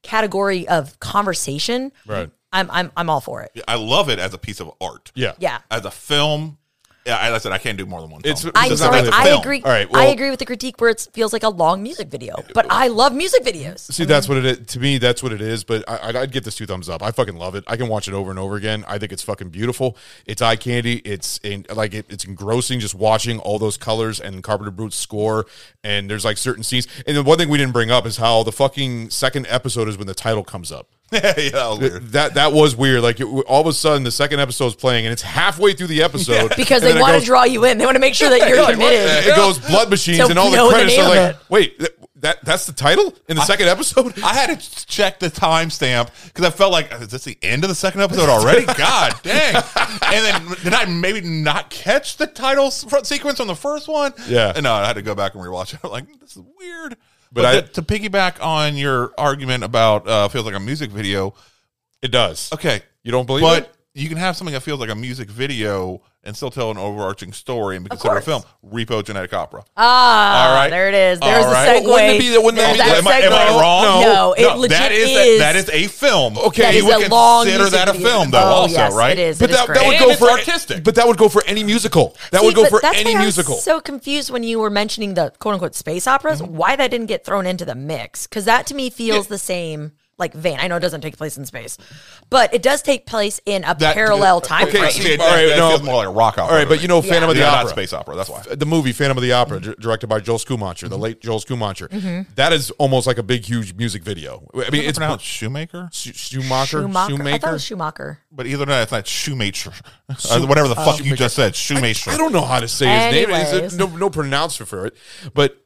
Speaker 4: category of conversation.
Speaker 3: Right.
Speaker 4: I'm I'm I'm all for it.
Speaker 1: I love it as a piece of art.
Speaker 3: Yeah.
Speaker 4: Yeah.
Speaker 1: as a film. Yeah, I, like I said I can't do more than one.
Speaker 3: It's-
Speaker 1: film.
Speaker 4: I'm
Speaker 3: Does
Speaker 4: sorry.
Speaker 3: not-
Speaker 4: I
Speaker 1: Film.
Speaker 4: agree.
Speaker 3: All right,
Speaker 4: I
Speaker 3: well-
Speaker 4: agree with the critique where it feels like a long music video, but I love music videos.
Speaker 3: See, that's what it is. To me, that's what it is. But I, I'd- I'd give this two thumbs up. I fucking love it. I can watch it over and over again. I think it's fucking beautiful. It's eye candy. It's in, like it, it's engrossing just watching all those colors and Carpenter Brute's score. And there's like certain scenes. And the one thing we didn't bring up is how the fucking second episode is when the title comes up.
Speaker 1: yeah, yeah, that was weird.
Speaker 3: That that was weird. Like it, all of a sudden, the second episode is playing, and it's halfway through the episode
Speaker 4: Because
Speaker 3: and
Speaker 4: they
Speaker 3: then it
Speaker 4: want to
Speaker 3: goes-
Speaker 4: draw you in. They want to make sure that you're
Speaker 3: like, what
Speaker 4: committed.
Speaker 3: the- it goes blood machines,
Speaker 4: So
Speaker 3: and all
Speaker 4: know
Speaker 3: the
Speaker 4: the
Speaker 3: credits
Speaker 4: name
Speaker 3: are
Speaker 4: of
Speaker 3: like,
Speaker 4: it.
Speaker 3: wait, th- that that's the title in the second episode.
Speaker 1: I had to check the timestamp because I felt like oh, is this the end of the second episode already? God dang! And then did I maybe not catch the title s- front sequence on the first one?
Speaker 3: Yeah.
Speaker 1: And no, I had to go back and rewatch it. I'm like, this is weird. But,
Speaker 3: I-
Speaker 1: th- to piggyback on your argument about uh, feels like a music video,
Speaker 3: it does.
Speaker 1: okay,
Speaker 3: You don't believe
Speaker 1: but
Speaker 3: it?
Speaker 1: you can have something that feels like a music video and still tell an overarching story and be considered a film.
Speaker 4: course.
Speaker 1: Repo Genetic Opera.
Speaker 4: Ah,
Speaker 1: All right.
Speaker 4: there it is. There's
Speaker 1: All
Speaker 4: the
Speaker 1: right.
Speaker 4: segue.
Speaker 1: Well, wouldn't it be that- wouldn't that
Speaker 4: There's
Speaker 1: be- am, I, am I
Speaker 4: segue.
Speaker 1: wrong?
Speaker 4: No, it legit
Speaker 1: that is,
Speaker 4: is.
Speaker 1: that is a film.
Speaker 3: Okay. That
Speaker 1: you
Speaker 3: is
Speaker 1: would
Speaker 4: a long
Speaker 1: consider
Speaker 4: music
Speaker 1: that a
Speaker 4: video.
Speaker 1: film though.
Speaker 4: Oh,
Speaker 1: also,
Speaker 4: yes,
Speaker 1: right?
Speaker 4: it is.
Speaker 3: But
Speaker 4: It is
Speaker 3: that, that
Speaker 4: great.
Speaker 3: would
Speaker 1: And
Speaker 3: go
Speaker 1: it's
Speaker 3: for
Speaker 1: artistic.
Speaker 3: But that would go for any musical. That
Speaker 4: See,
Speaker 3: would go
Speaker 4: but
Speaker 3: for
Speaker 4: that's
Speaker 3: any
Speaker 4: why I was
Speaker 3: musical.
Speaker 4: so confused when you were mentioning the quote unquote space operas,
Speaker 1: Mm-hmm.
Speaker 4: why that didn't get thrown into the mix. Because that to me feels the same like vein. I know it doesn't take place in space, but it does take place in a
Speaker 1: That-
Speaker 4: parallel time
Speaker 3: okay,
Speaker 4: frame.
Speaker 3: see,
Speaker 1: See, it-
Speaker 3: All right,
Speaker 1: that
Speaker 3: no.
Speaker 1: feels more like a rock opera.
Speaker 3: All right,
Speaker 1: to
Speaker 3: but
Speaker 1: me.
Speaker 3: you know,
Speaker 4: Yeah.
Speaker 3: Phantom of the
Speaker 1: Yeah,
Speaker 3: Opera,
Speaker 1: not space opera. That's why.
Speaker 3: the movie Phantom of the Opera,
Speaker 4: Mm-hmm.
Speaker 3: di- directed by Joel Schumacher, the late Joel Schumacher. That is almost like a big, huge music video. I mean, it's
Speaker 1: pronounced Shoemaker,
Speaker 3: Sch- Schumacher,
Speaker 4: Schumacher. I thought it
Speaker 3: Shoemaker.
Speaker 4: was Schumacher.
Speaker 1: but either that, it's not Shoemaker. Uh, whatever the fuck you just said, Shoemaker.
Speaker 3: I don't know how to say his name. It's
Speaker 4: Anyways.
Speaker 3: a, no, no pronouncer for it, but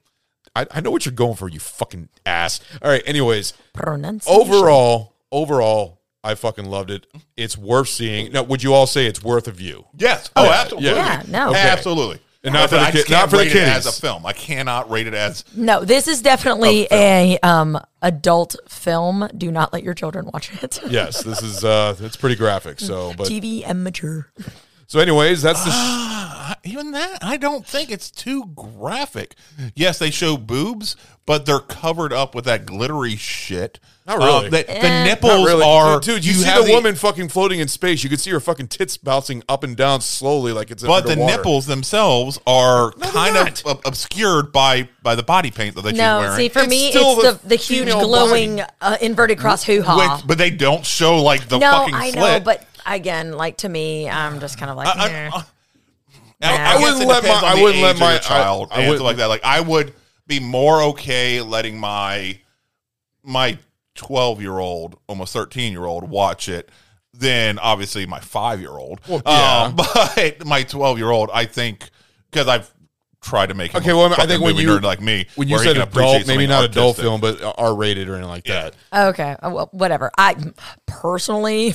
Speaker 3: I, I know what you're going for. You fucking ass. All right. Anyways,
Speaker 4: Pronunciation.
Speaker 3: overall, overall, I fucking loved it. It's worth seeing. Now, would you all say it's worth a view?
Speaker 1: Yes. Oh, absolutely.
Speaker 4: Yeah, no. Okay.
Speaker 1: Absolutely.
Speaker 3: And not for the
Speaker 1: I
Speaker 3: kid-
Speaker 1: can't
Speaker 3: not for the
Speaker 1: rate it as a
Speaker 3: kiddies.
Speaker 1: film. I cannot rate it as
Speaker 4: No, this is
Speaker 1: Oh,
Speaker 4: definitely a um adult film. Do not let your children watch it.
Speaker 3: Yes, this is uh, it's pretty graphic. So, but
Speaker 4: TV and mature.
Speaker 3: so, anyways, that's the.
Speaker 1: Ah.
Speaker 3: Sh-
Speaker 1: even that. I don't think it's too graphic. Yes, they show boobs, but they're covered up with that glittery shit.
Speaker 3: Not really.
Speaker 1: the, the
Speaker 4: Eh.
Speaker 1: nipples
Speaker 3: Not really.
Speaker 1: are,
Speaker 3: dude. dude, You, see
Speaker 1: have
Speaker 3: the, woman fucking floating in space. You can see her fucking tits bouncing up and down slowly, like it's.
Speaker 1: but the
Speaker 3: underwater.
Speaker 1: nipples themselves are
Speaker 3: they're
Speaker 1: kind
Speaker 3: not.
Speaker 1: of ob- obscured by by the body paint that she's
Speaker 4: No,
Speaker 1: wearing.
Speaker 4: see, for
Speaker 3: It's
Speaker 4: me,
Speaker 3: still
Speaker 4: it's the,
Speaker 3: the
Speaker 4: the, huge
Speaker 3: female
Speaker 4: glowing uh, inverted cross hoo ha.
Speaker 1: With- but they don't show like the
Speaker 4: No,
Speaker 1: fucking
Speaker 4: I know,
Speaker 1: slit.
Speaker 4: but again, like to me, I'm just kind of like,
Speaker 1: I-
Speaker 4: eh.
Speaker 1: I-
Speaker 4: I
Speaker 1: I, I wouldn't let my. I wouldn't let my child. I,
Speaker 3: wouldn't-
Speaker 1: like that. Like I would be more okay letting my my twelve year old, almost thirteen year old, watch it than obviously my five year old.
Speaker 3: yeah.
Speaker 1: um, but my twelve year old, I think, because I've tried to make him
Speaker 3: Okay,
Speaker 1: a
Speaker 3: well, I
Speaker 1: fucking
Speaker 3: think when
Speaker 1: movie
Speaker 3: you
Speaker 1: nerd like me,
Speaker 3: when you
Speaker 1: where he
Speaker 3: said
Speaker 1: can appreciate
Speaker 3: adult, maybe
Speaker 1: something
Speaker 3: not adult
Speaker 1: artistic.
Speaker 3: film, but R rated or anything like that.
Speaker 4: okay, uh, well, whatever. I personally,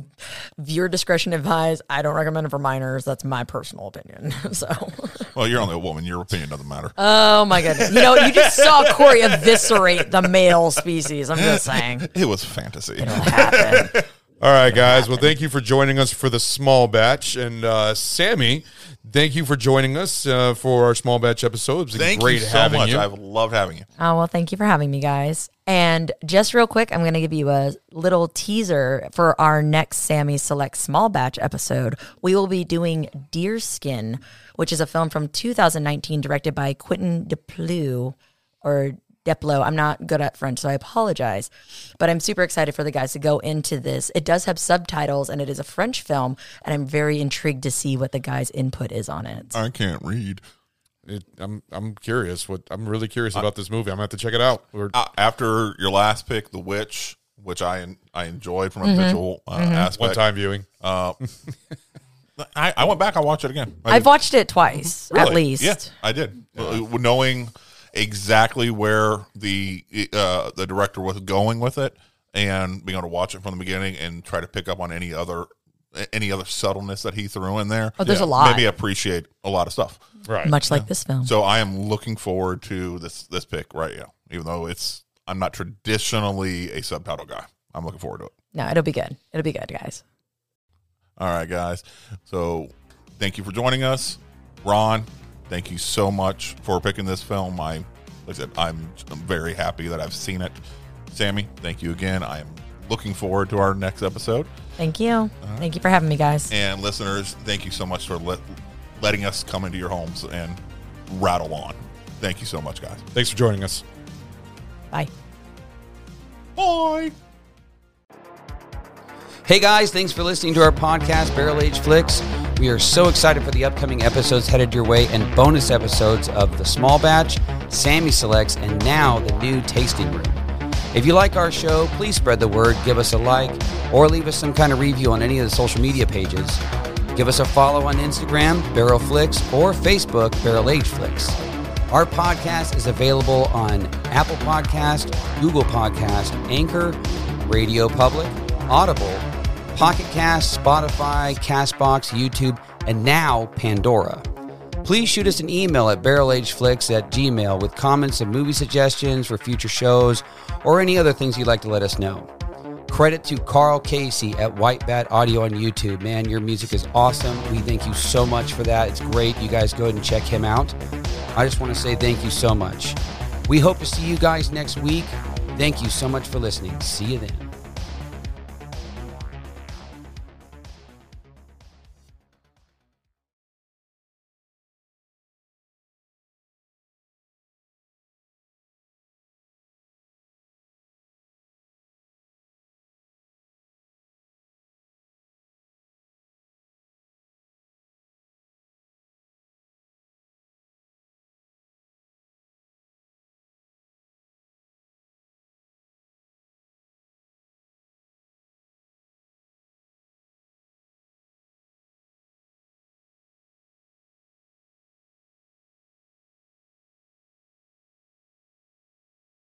Speaker 4: viewer discretion advised. I don't recommend it for minors. That's my personal opinion. so,
Speaker 1: Well, you're only a woman; your opinion doesn't matter.
Speaker 3: Uh,
Speaker 4: oh my goodness, you know, you just saw Corey eviscerate the male species. I'm just saying.
Speaker 1: it was fantasy.
Speaker 3: All right, guys. Well, thank you for joining us for the small batch, and uh, Sammy, thank you for joining us uh, for our small batch episode. It's been
Speaker 1: Thank
Speaker 3: great
Speaker 1: you so
Speaker 3: having
Speaker 1: much.
Speaker 3: you.
Speaker 1: I've loved having you.
Speaker 4: Oh, well, thank you for having me, guys. And just real quick, I'm going to give you a little teaser for our next Sammy Select Small Batch episode. We will be doing Deerskin, which is a film from 2019 directed by Quentin Duplou or Deplo. I'm not good at French, so I apologize. But I'm super excited for the guys to go into this. It does have subtitles and it is a French film, and I'm very intrigued to see what the guys' input is on it.
Speaker 1: I can't read.
Speaker 3: It- I'm I'm curious. What I'm really curious about this movie. I'm gonna have to check it out. We're-
Speaker 1: uh, after your last pick, The Witch, which I I enjoyed from a
Speaker 4: Mm-hmm.
Speaker 1: visual uh, aspect.
Speaker 3: one time viewing.
Speaker 1: I, I went back. I watched it again. I
Speaker 4: I've watched it twice, at
Speaker 3: Really?
Speaker 4: least.
Speaker 1: yeah, I did. Uh, knowing exactly where the uh, the director was going with it, and being able to watch it from the beginning and try to pick up on any other any other subtleness that he threw in there.
Speaker 4: Oh, there's a lot.
Speaker 1: Maybe appreciate a lot of stuff.
Speaker 3: Right.
Speaker 4: Much like this film.
Speaker 1: So I am looking forward to this this pick right now. Even though it's I'm not traditionally a subtitle guy, I'm looking forward to it.
Speaker 4: No, it'll be good. It'll be good, guys.
Speaker 1: All right, guys. So thank you for joining us. Ron, thank you so much for picking this film. I, like I said, I'm, I'm very happy that I've seen it. Sammy, thank you again. I am looking forward to our next episode.
Speaker 4: Thank you. Thank you for having me, guys.
Speaker 1: And listeners, thank you so much for let, letting us come into your homes and rattle on. Thank you so much, guys.
Speaker 3: Thanks for joining us.
Speaker 4: Bye.
Speaker 1: Bye.
Speaker 5: Hey guys, thanks for listening to our podcast, Barrel Age Flicks. We are so excited for the upcoming episodes headed your way and bonus episodes of The Small Batch, Sammy Selects, and now the new Tasting Room. If you like our show, please spread the word, give us a like, or leave us some kind of review on any of the social media pages. Give us a follow on Instagram, Barrel Flicks, or Facebook, Barrel Age Flicks. Our podcast is available on Apple Podcast, Google Podcast, Anchor, Radio Public, Audible, Pocket Cast, Spotify, Castbox, YouTube, and now Pandora. Please shoot us an email at barrelageflicks at gmail with comments and movie suggestions for future shows or any other things you'd like to let us know. Credit to Carl Casey at White Bat Audio on YouTube. Man, your music is awesome. We thank you so much for that. It's great. You guys go ahead and check him out. I just want to say thank you so much. We hope to see you guys next week. Thank you so much for listening. See you then.